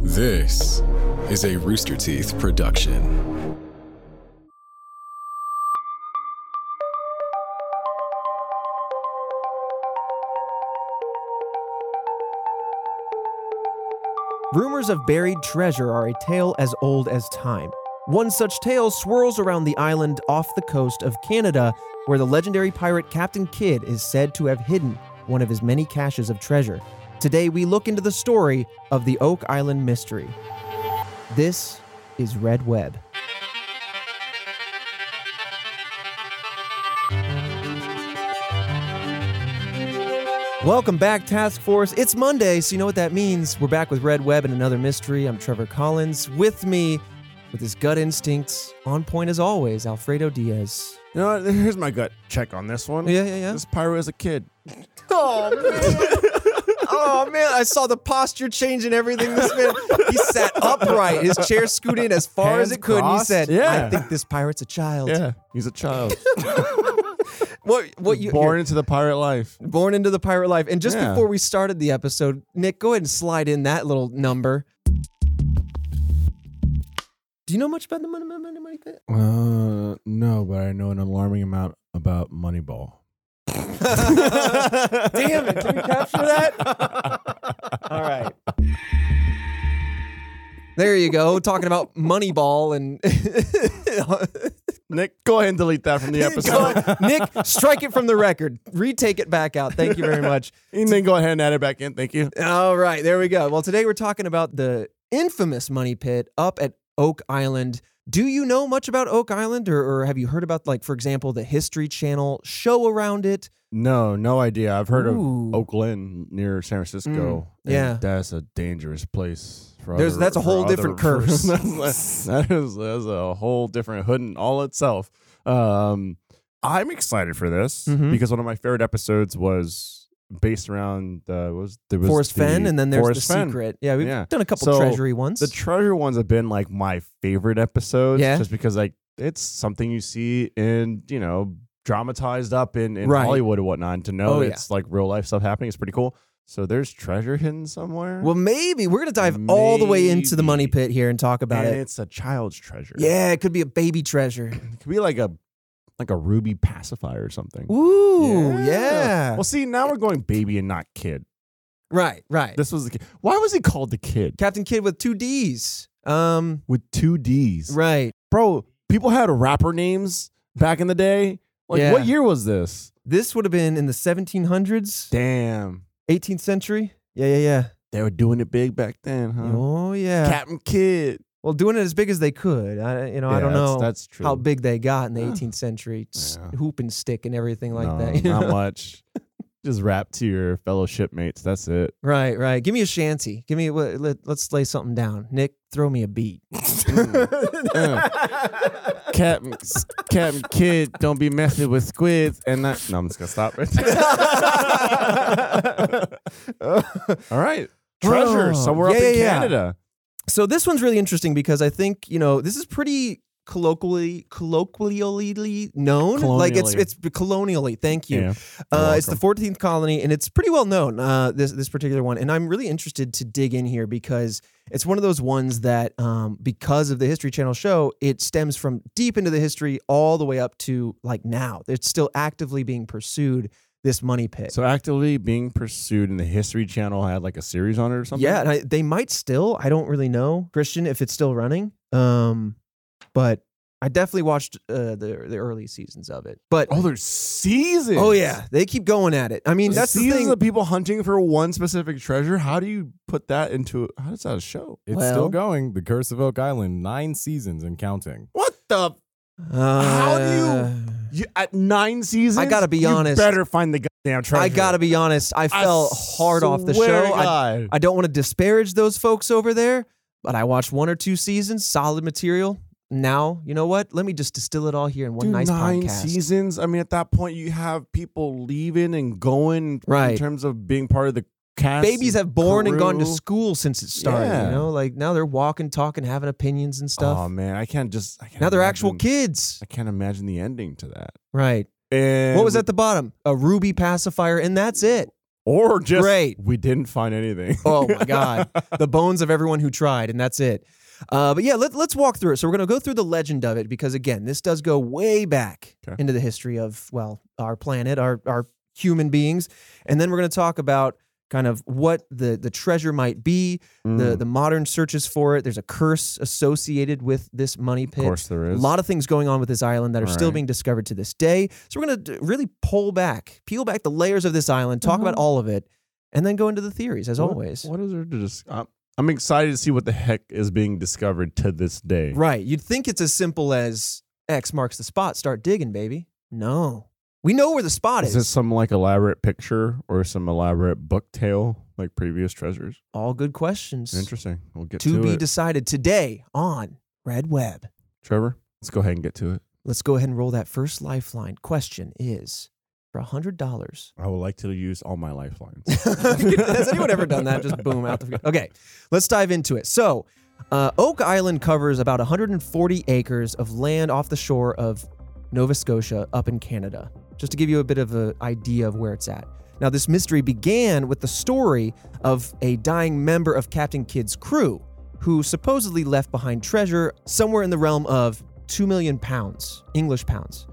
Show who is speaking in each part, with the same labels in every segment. Speaker 1: This is a Rooster Teeth production.
Speaker 2: Rumors of buried treasure are a tale as old as time. One such tale swirls around the island off the coast of Canada, where the legendary pirate Captain Kidd is said to have hidden one of his many caches of treasure. Today, we look into the story of the Oak Island mystery. This is Red Web. Welcome back, Task Force. It's Monday, so you know what that means. We're back with Red Web and another mystery. I'm Trevor Collins. With me, with his gut instincts on point as always, Alfredo Diaz.
Speaker 3: You know, what? here's my gut check on this one.
Speaker 2: Yeah, yeah, yeah.
Speaker 3: This pyro is a kid.
Speaker 2: Oh man. Oh man, I saw the posture change and everything. This man, he sat upright, his chair scooted in as far
Speaker 3: Hands
Speaker 2: as it could. And he
Speaker 3: crossed?
Speaker 2: said,
Speaker 3: Yeah.
Speaker 2: "I think this pirate's a child."
Speaker 3: he's a child.
Speaker 2: What? What you
Speaker 3: born into the pirate life.
Speaker 2: you're born into the pirate life? And just
Speaker 3: Yeah.
Speaker 2: before we started the episode, Nick, go ahead and slide in that little number. Do you know much about the money, money, money, money pit?
Speaker 3: Uh, no, but I know an alarming amount about Moneyball.
Speaker 2: Damn it! Can we capture that? All right. There you go. Talking about Moneyball and
Speaker 3: Nick, go ahead and delete that from the episode,
Speaker 2: Go- Nick, strike it from the record. Retake it back out. Thank you very much.
Speaker 3: and then go ahead and add it back in. Thank you.
Speaker 2: All right, there we go. Well, today we're talking about the infamous money pit up at Oak Island. Do you know much about Oak Island, or, or have you heard about, like, for example, the History Channel show around it?
Speaker 3: No, no idea. I've heard
Speaker 2: Ooh.
Speaker 3: of Oakland near San Francisco.
Speaker 2: Mm, yeah.
Speaker 3: that's a dangerous place. For
Speaker 2: There's-
Speaker 3: other-
Speaker 2: that's a
Speaker 3: for
Speaker 2: whole
Speaker 3: other-
Speaker 2: different curse.
Speaker 3: that's, that is that's a whole different hood in all itself. Um, I'm excited for this
Speaker 2: Mhm.
Speaker 3: because one of my favorite episodes was based around uh, what was there was
Speaker 2: Forest
Speaker 3: the
Speaker 2: Fen, and then there's
Speaker 3: Forrest
Speaker 2: the
Speaker 3: Fenn.
Speaker 2: secret. Yeah, we've
Speaker 3: Yeah.
Speaker 2: done a couple
Speaker 3: So,
Speaker 2: treasury ones.
Speaker 3: The treasure ones have been like my favorite episodes,
Speaker 2: Yeah.
Speaker 3: just because like it's something you see in you know dramatized up in, in
Speaker 2: Right.
Speaker 3: Hollywood and whatnot. And to know
Speaker 2: Oh, yeah.
Speaker 3: it's like real life stuff happening is pretty cool. So there's treasure hidden somewhere.
Speaker 2: well, maybe we're gonna dive all the way into the money
Speaker 3: Maybe.
Speaker 2: pit here and talk about
Speaker 3: and
Speaker 2: it.
Speaker 3: it's a child's treasure.
Speaker 2: Yeah, it could be a baby treasure.
Speaker 3: it could be like a like a ruby pacifier or something.
Speaker 2: Ooh, yeah.
Speaker 3: Well, see, now we're going baby and not kid.
Speaker 2: Right, right.
Speaker 3: This was the kid. Why was he called the kid
Speaker 2: Captain Kidd with two D's. Um,
Speaker 3: with two D's?
Speaker 2: right.
Speaker 3: Bro, people had rapper names back in the day. Like,
Speaker 2: Yeah.
Speaker 3: what year was this?
Speaker 2: This would have been in the 1700s,
Speaker 3: Damn.
Speaker 2: 18th century. Yeah, yeah, yeah.
Speaker 3: They were doing it big back then, huh?
Speaker 2: Oh yeah.
Speaker 3: Captain Kidd.
Speaker 2: well, doing it as big as they could. I, you know, I
Speaker 3: Yeah,
Speaker 2: don't
Speaker 3: that's-
Speaker 2: know
Speaker 3: That's true.
Speaker 2: how big they got in the
Speaker 3: Yeah.
Speaker 2: 18th century. S-
Speaker 3: Yeah.
Speaker 2: Hoop and stick and everything like
Speaker 3: No,
Speaker 2: that. you
Speaker 3: Not
Speaker 2: know?
Speaker 3: much. Just rap to your fellow shipmates. That's it.
Speaker 2: Right, right. Give me a shanty. Give me. Let, let, let's lay something down. Nick, throw me a beat.
Speaker 3: Captain, Captain Kid, don't be messing with squids. And I, no, I'm just gonna stop right there. All right, treasure
Speaker 2: Oh,
Speaker 3: somewhere
Speaker 2: yeah,
Speaker 3: up in
Speaker 2: yeah, yeah.
Speaker 3: Canada.
Speaker 2: So this one's really interesting because I think you know this is pretty colloquially colloquially known. Like it's
Speaker 3: Colonially.
Speaker 2: it's colonially. Thank you.
Speaker 3: Yeah.
Speaker 2: Uh,
Speaker 3: You're
Speaker 2: it's the 14th colony, and it's pretty well known. Uh, this this particular one, and I'm really interested to dig in here because it's one of those ones that, um, because of the History Channel show, it stems from deep into the history all the way up to like now. It's still actively being pursued. This money pit.
Speaker 3: So actively being pursued, and the History Channel had like a series on it or something.
Speaker 2: yeah, and I, they might still. I don't really know, Christian, if it's still running. Um, but I definitely watched uh, the the early seasons of it. But
Speaker 3: Oh, there's seasons.
Speaker 2: oh yeah, they keep going at it. I mean,
Speaker 3: There's
Speaker 2: that's the
Speaker 3: seasons
Speaker 2: thing.
Speaker 3: of people hunting for one specific treasure. How do you put that into? How does that a show?
Speaker 4: It's
Speaker 2: Well-
Speaker 4: still going. The Curse of Oak Island, nine seasons and counting.
Speaker 3: What the? How do you-
Speaker 2: Uh,
Speaker 3: You, at nine seasons,
Speaker 2: I gotta be
Speaker 3: you
Speaker 2: honest.
Speaker 3: Better find the goddamn treasure.
Speaker 2: I gotta be honest. I
Speaker 3: I
Speaker 2: fell hard off the show.
Speaker 3: swear to
Speaker 2: I,
Speaker 3: God.
Speaker 2: I don't want to disparage those folks over there, but I watched one or two seasons, solid material. Now, you know what? Let me just distill it all here in one
Speaker 3: Dude,
Speaker 2: nice
Speaker 3: nine
Speaker 2: podcast.
Speaker 3: seasons. I mean, at that point, you have people leaving and going
Speaker 2: Right.
Speaker 3: in terms of being part of the cast.
Speaker 2: Babies have born and gone to
Speaker 3: crew.
Speaker 2: school since it started. You
Speaker 3: Yeah.
Speaker 2: know, like now they're walking, talking, having opinions and stuff.
Speaker 3: Oh man, I can't just. I can't
Speaker 2: now they're actual
Speaker 3: imagine-
Speaker 2: kids.
Speaker 3: I can't imagine the ending to that.
Speaker 2: Right.
Speaker 3: And
Speaker 2: What was at the bottom? A ruby pacifier, and that's it.
Speaker 3: or just
Speaker 2: Great.
Speaker 3: we didn't find anything.
Speaker 2: Oh my God. the bones of everyone who tried, and that's it. Uh, but yeah, let, let's walk through it. So we're going to go through the legend of it because, again, this does go way back
Speaker 3: Okay.
Speaker 2: into the history of, well, our planet, our, our human beings. And then we're going to talk about kind of what the, the treasure might be, the,
Speaker 3: Mm,
Speaker 2: the modern searches for it. There's a curse associated with this money
Speaker 3: of
Speaker 2: pit.
Speaker 3: course there
Speaker 2: a
Speaker 3: is.
Speaker 2: lot of things going on with this island that are still
Speaker 3: Right.
Speaker 2: being discovered to this day. So we're going to really pull back, peel back the layers of this island, talk about all of it, and then go into the theories as
Speaker 3: Mm-hmm. What-
Speaker 2: always.
Speaker 3: What is there to dis- I'm, I'm excited to see what the heck is being discovered to this day.
Speaker 2: Right. You'd think it's as simple as X marks the spot, start digging, baby. No. We know where the spot
Speaker 3: Is
Speaker 2: is.
Speaker 3: this some like elaborate picture or some elaborate book tale like previous treasures?
Speaker 2: all good questions.
Speaker 3: Interesting. We'll get
Speaker 2: To
Speaker 3: to,
Speaker 2: be
Speaker 3: it.
Speaker 2: decided today on Red Web.
Speaker 3: Trevor, let's go ahead and get to it.
Speaker 2: Let's go ahead and roll that first lifeline. Question is for $100.
Speaker 3: I would like to use all my lifelines.
Speaker 2: Has anyone ever done that? Just boom out the. Okay, let's dive into it. So, uh, Oak Island covers about 140 acres of land off the shore of Nova Scotia, up in Canada. Just to give you a bit of an idea of where it's at. Now, this mystery began with the story of a dying member of Captain Kidd's crew, who supposedly left behind treasure somewhere in the realm of two million pounds, English pounds,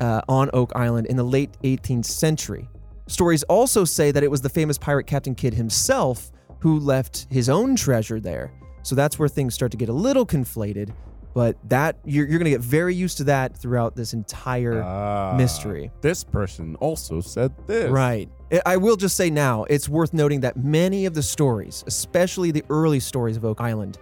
Speaker 2: uh, on Oak Island in the late 18th century. Stories also say that it was the famous pirate Captain Kidd himself who left his own treasure there. So that's where things start to get a little conflated, but that you're, you're going to get very used to that throughout this entire
Speaker 3: Ah,
Speaker 2: mystery.
Speaker 3: This person also said this.
Speaker 2: Right. I- I will just say now, it's worth noting that many of the stories, especially the early stories of Oak Island,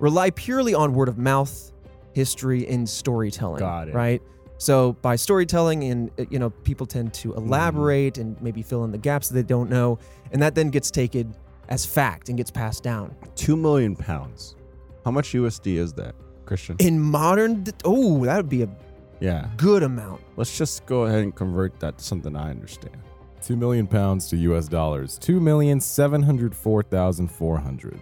Speaker 2: rely purely on word of mouth, history, and storytelling.
Speaker 3: Got it.
Speaker 2: Right. So by storytelling, and uh, you know, people tend to
Speaker 3: Mm-hmm.
Speaker 2: elaborate and maybe fill in the gaps that they don't know, and that then gets taken as fact and gets passed down.
Speaker 3: Two million pounds. How much USD is that, Christian?
Speaker 2: In modern, oh, that would be a
Speaker 3: yeah.
Speaker 2: good amount.
Speaker 3: Let's just go ahead and convert that to something I understand.
Speaker 4: Two million pounds to U.S. dollars. Two million seven hundred four thousand four hundred.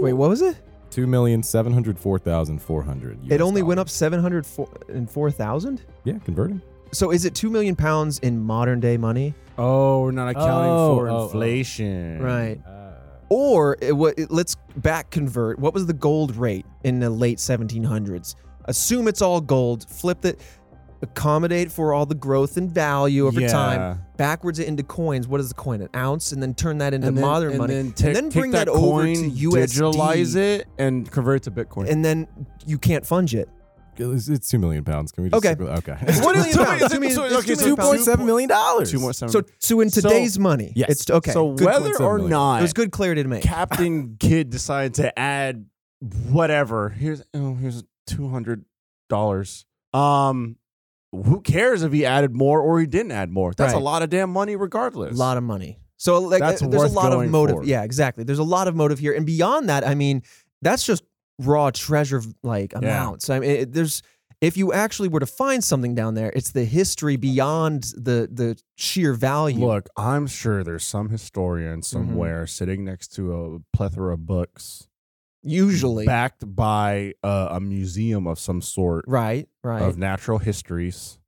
Speaker 2: Wait, what was it?
Speaker 4: Two million seven hundred four thousand four hundred.
Speaker 2: It only went up seven hundred and four thousand.
Speaker 4: Yeah, converting.
Speaker 2: So is it two million pounds in modern day money,
Speaker 3: Oh, we're not
Speaker 4: accounting for
Speaker 3: inflation.
Speaker 2: oh, right? Or it, wa- it, let's back convert. What was the gold rate in the late 1700s? Assume it's all gold. Flip it. Accommodate for all the growth and value over time. Backwards it into coins. What is the coin? An ounce, and then turn that into modern money, and then bring that, over to USD.
Speaker 3: digitalize it, and convert it to Bitcoin.
Speaker 2: and then you can't funge it.
Speaker 4: It's, it's two million pounds. Can we just
Speaker 2: Okay.
Speaker 4: stick with- okay?
Speaker 2: It's two million
Speaker 3: Two
Speaker 2: pounds.
Speaker 3: million-
Speaker 2: Two million-
Speaker 3: so-
Speaker 2: it's
Speaker 3: okay,
Speaker 2: two
Speaker 3: so
Speaker 4: two
Speaker 2: million pounds.
Speaker 4: point seven million dollars.
Speaker 3: Two more seven.
Speaker 2: So, so in
Speaker 3: So-
Speaker 2: today's money,
Speaker 4: Yes.
Speaker 2: it's okay.
Speaker 3: so
Speaker 4: good
Speaker 3: whether
Speaker 4: point,
Speaker 3: or
Speaker 4: seven million.
Speaker 2: it
Speaker 3: not,
Speaker 2: was good clarity to make.
Speaker 3: Captain Kidd decided to add whatever. Here's oh, here's two hundred dollars. Um, who cares if he added more or he didn't add more? That's
Speaker 2: Right.
Speaker 3: a lot of damn money, regardless.
Speaker 2: A lot of money. So like,
Speaker 3: That's
Speaker 2: uh, there's
Speaker 3: worth
Speaker 2: a lot of
Speaker 3: going
Speaker 2: motive.
Speaker 3: for.
Speaker 2: Yeah, exactly. There's a lot of motive here, and beyond that, I mean, that's just raw treasure like amounts. I mean, it, there's if you actually were to find something down there, it's the history beyond the the sheer value.
Speaker 3: Look, I'm sure there's some
Speaker 2: Mm-hmm.
Speaker 3: historian somewhere sitting next to a plethora of books,
Speaker 2: usually,
Speaker 3: backed by uh, a museum of some sort
Speaker 2: right, right.
Speaker 3: of natural histories,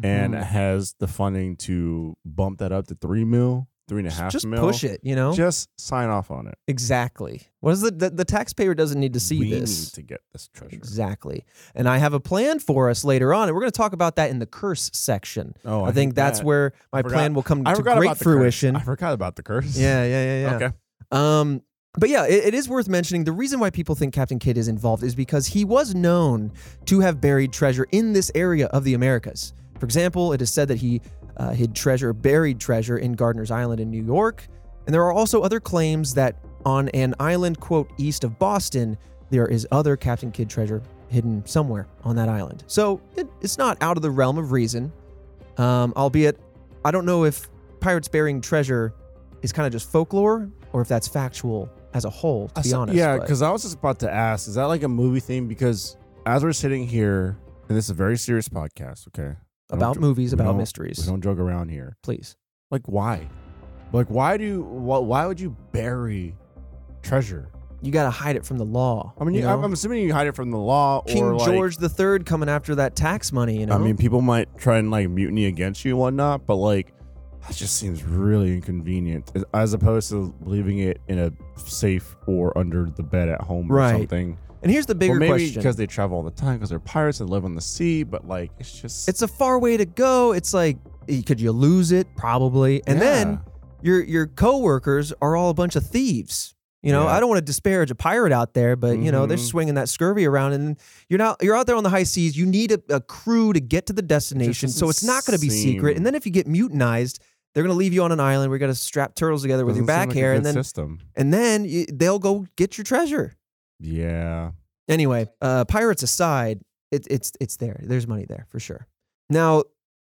Speaker 3: and
Speaker 2: Mhm.
Speaker 3: has the funding to bump that up to three mil, three and a
Speaker 2: Just-
Speaker 3: half
Speaker 2: just
Speaker 3: mil.
Speaker 2: push it. You know,
Speaker 3: Just sign off on it.
Speaker 2: exactly. What is the, the the taxpayer doesn't need to see
Speaker 3: we
Speaker 2: this.
Speaker 3: need to get this treasure.
Speaker 2: Exactly. And I have a plan for us later on, and we're going to talk about that in the curse section.
Speaker 3: Oh,
Speaker 2: I, think that's where my
Speaker 3: forgot-
Speaker 2: plan will come
Speaker 3: I
Speaker 2: to
Speaker 3: forgot
Speaker 2: great
Speaker 3: about the
Speaker 2: fruition.
Speaker 3: Curse. I forgot about the curse.
Speaker 2: Yeah, yeah, yeah, yeah.
Speaker 3: Okay.
Speaker 2: Um, but yeah, it, it is worth mentioning. The reason why people think Captain Kidd is involved is because he was known to have buried treasure in this area of the Americas. For example, it is said that he uh, hid treasure, buried treasure in Gardner's Island in New York. And there are also other claims that on an island, quote, east of Boston, there is other Captain Kidd treasure hidden somewhere on that island. So it, it's not out of the realm of reason. Um, albeit, I don't know if pirates burying treasure is kind of just folklore or if that's factual as a whole, to be
Speaker 3: So-
Speaker 2: honest.
Speaker 3: yeah,
Speaker 2: but-
Speaker 3: because I was just about to ask, is that like a movie theme? Because as we're sitting here, and this is a very serious podcast, okay? I don't
Speaker 2: about
Speaker 3: jo-
Speaker 2: movies,
Speaker 3: we
Speaker 2: about
Speaker 3: don't-
Speaker 2: mysteries.
Speaker 3: We don't joke around here.
Speaker 2: Please.
Speaker 3: Like why? Like why do why, why would you bury treasure?
Speaker 2: You got to hide it from the law.
Speaker 3: I mean,
Speaker 2: you
Speaker 3: you, I'm
Speaker 2: know?
Speaker 3: I'm assuming you hide it from the law or
Speaker 2: King
Speaker 3: like,
Speaker 2: George the Third coming after that tax money, you know?
Speaker 3: I mean, people might try and like mutiny against you and whatnot, but like, That just seems really inconvenient, as- as opposed to leaving it in a safe or under the bed at home
Speaker 2: Right.
Speaker 3: or something.
Speaker 2: And here's the bigger
Speaker 3: or maybe
Speaker 2: question.
Speaker 3: because they travel all the time, because they're pirates and live on the sea. But like, it's just
Speaker 2: it's a far way to go. It's like, eh, could you lose it? Probably. And then your your coworkers are all a bunch of thieves. You know,
Speaker 3: Yeah.
Speaker 2: I don't want to disparage a pirate out there, but you know they're
Speaker 3: Mhm.
Speaker 2: swinging that scurvy around, and you're not you're out there on the high seas. You need a, a crew to get to the destination, so
Speaker 3: doesn't
Speaker 2: it's not going to be secret.
Speaker 3: seem-
Speaker 2: And then if you get mutinized, they're going to leave you on an island. We're going to strap turtles together with your
Speaker 3: doesn't
Speaker 2: back
Speaker 3: seem like a
Speaker 2: hair,
Speaker 3: good
Speaker 2: and then
Speaker 3: system.
Speaker 2: and then you, they'll go get your treasure.
Speaker 3: Yeah.
Speaker 2: Anyway, uh, pirates aside, it, it's it's there. There's money there for sure. Now,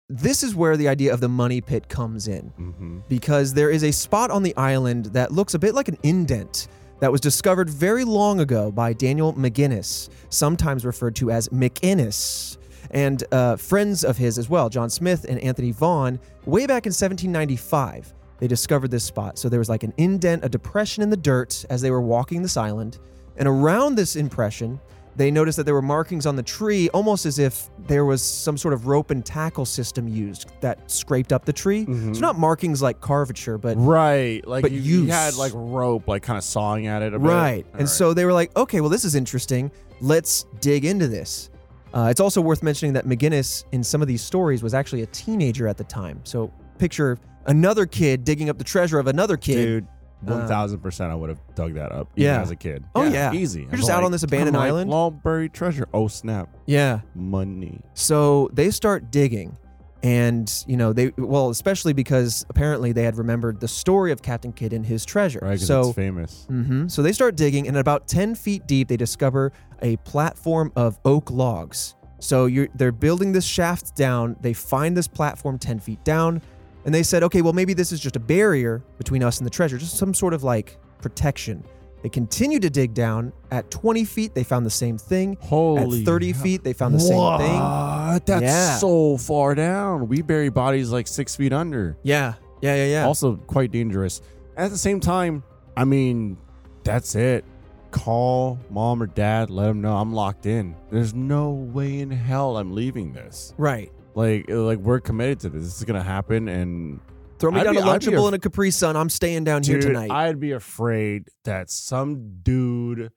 Speaker 2: this is where the idea of the money pit comes in
Speaker 3: Mm-hmm.
Speaker 2: because there is a spot on the island that looks a bit like an indent that was discovered very long ago by Daniel McGinnis, sometimes referred to as McInnes, and uh, friends of his as well, John Smith and Anthony Vaughn, way back in 1795. They discovered this spot. So there was like an indent, a depression in the dirt as they were walking this island. And around this impression, they noticed that there were markings on the tree, almost as if there was some sort of rope and tackle system used that scraped up the tree. So not markings like curvature, but
Speaker 3: Right. Like
Speaker 2: But
Speaker 3: you, you
Speaker 2: use.
Speaker 3: had like rope, like kind of sawing at it. A bit.
Speaker 2: right.
Speaker 3: All
Speaker 2: And so they were like, okay, well, this is interesting. Let's dig into this. Uh, it's also worth mentioning that McGinnis in some of these stories was actually a teenager at the time. So picture another kid digging up the treasure of another kid. uh,
Speaker 3: dude, one thousand percent, I would have dug that up. Even
Speaker 2: yeah.
Speaker 3: as a kid.
Speaker 2: Oh, yeah.
Speaker 3: easy. You're
Speaker 2: just out on this abandoned island?
Speaker 3: long buried treasure. Oh snap,
Speaker 2: Yeah.
Speaker 3: money.
Speaker 2: So they start digging. And, you know, they, well, especially because apparently they had remembered the story of Captain Kidd and his treasure.
Speaker 3: Right, because
Speaker 2: so
Speaker 3: it's famous.
Speaker 2: hmm So they start digging, and at about 10 feet deep, they discover a platform of oak logs. So you're, they're building this shaft down. They find this platform 10 feet down, and they said, okay, well, maybe this is just a barrier between us and the treasure, just some sort of like protection. They continue to dig down. At 20 feet, they found the same thing.
Speaker 3: Holy
Speaker 2: at 30
Speaker 3: hell.
Speaker 2: feet, they found the same thing.
Speaker 3: What? That's
Speaker 2: Yeah.
Speaker 3: so far down. We bury bodies like six feet under.
Speaker 2: Yeah. Yeah, yeah, yeah.
Speaker 3: Also quite dangerous. At the same time, I mean, that's it. Call mom or dad. Let them know I'm locked in. There's no way in hell I'm leaving this.
Speaker 2: right.
Speaker 3: Like, like we're committed to this. This is gonna happen, and
Speaker 2: Throw me
Speaker 3: I'd
Speaker 2: down
Speaker 3: be-
Speaker 2: a
Speaker 3: I'd be
Speaker 2: Lunchable
Speaker 3: a-
Speaker 2: and a Capri Sun. I'm staying down here
Speaker 3: Dude,
Speaker 2: tonight.
Speaker 3: I'd be afraid that some dude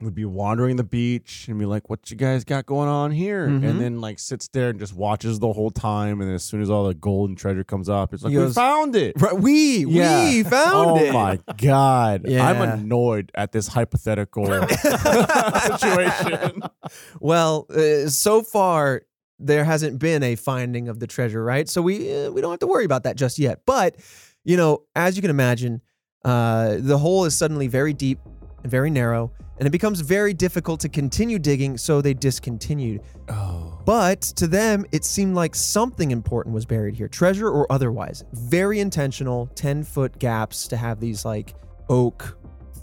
Speaker 3: would be wandering the beach and be like, "What you guys got going on here?"
Speaker 2: Mhm.
Speaker 3: And then like sits there and just watches the whole time. And then as soon as all the gold and treasure comes up, it's like,
Speaker 2: He
Speaker 3: "We
Speaker 2: goes,
Speaker 3: found it."
Speaker 2: Right, we, we
Speaker 3: Yeah.
Speaker 2: found
Speaker 3: oh
Speaker 2: it.
Speaker 3: my god!
Speaker 2: Yeah.
Speaker 3: I'm annoyed at this hypothetical situation.
Speaker 2: Well, uh, so far there hasn't been a finding of the treasure, right? So we uh, we don't have to worry about that just yet. But you know, as you can imagine, uh, the hole is suddenly very deep and very narrow, and it becomes very difficult to continue digging. So they discontinued.
Speaker 3: Oh,
Speaker 2: But to them, it seemed like something important was buried here, treasure or otherwise. Very intentional, ten foot gaps to have these like oak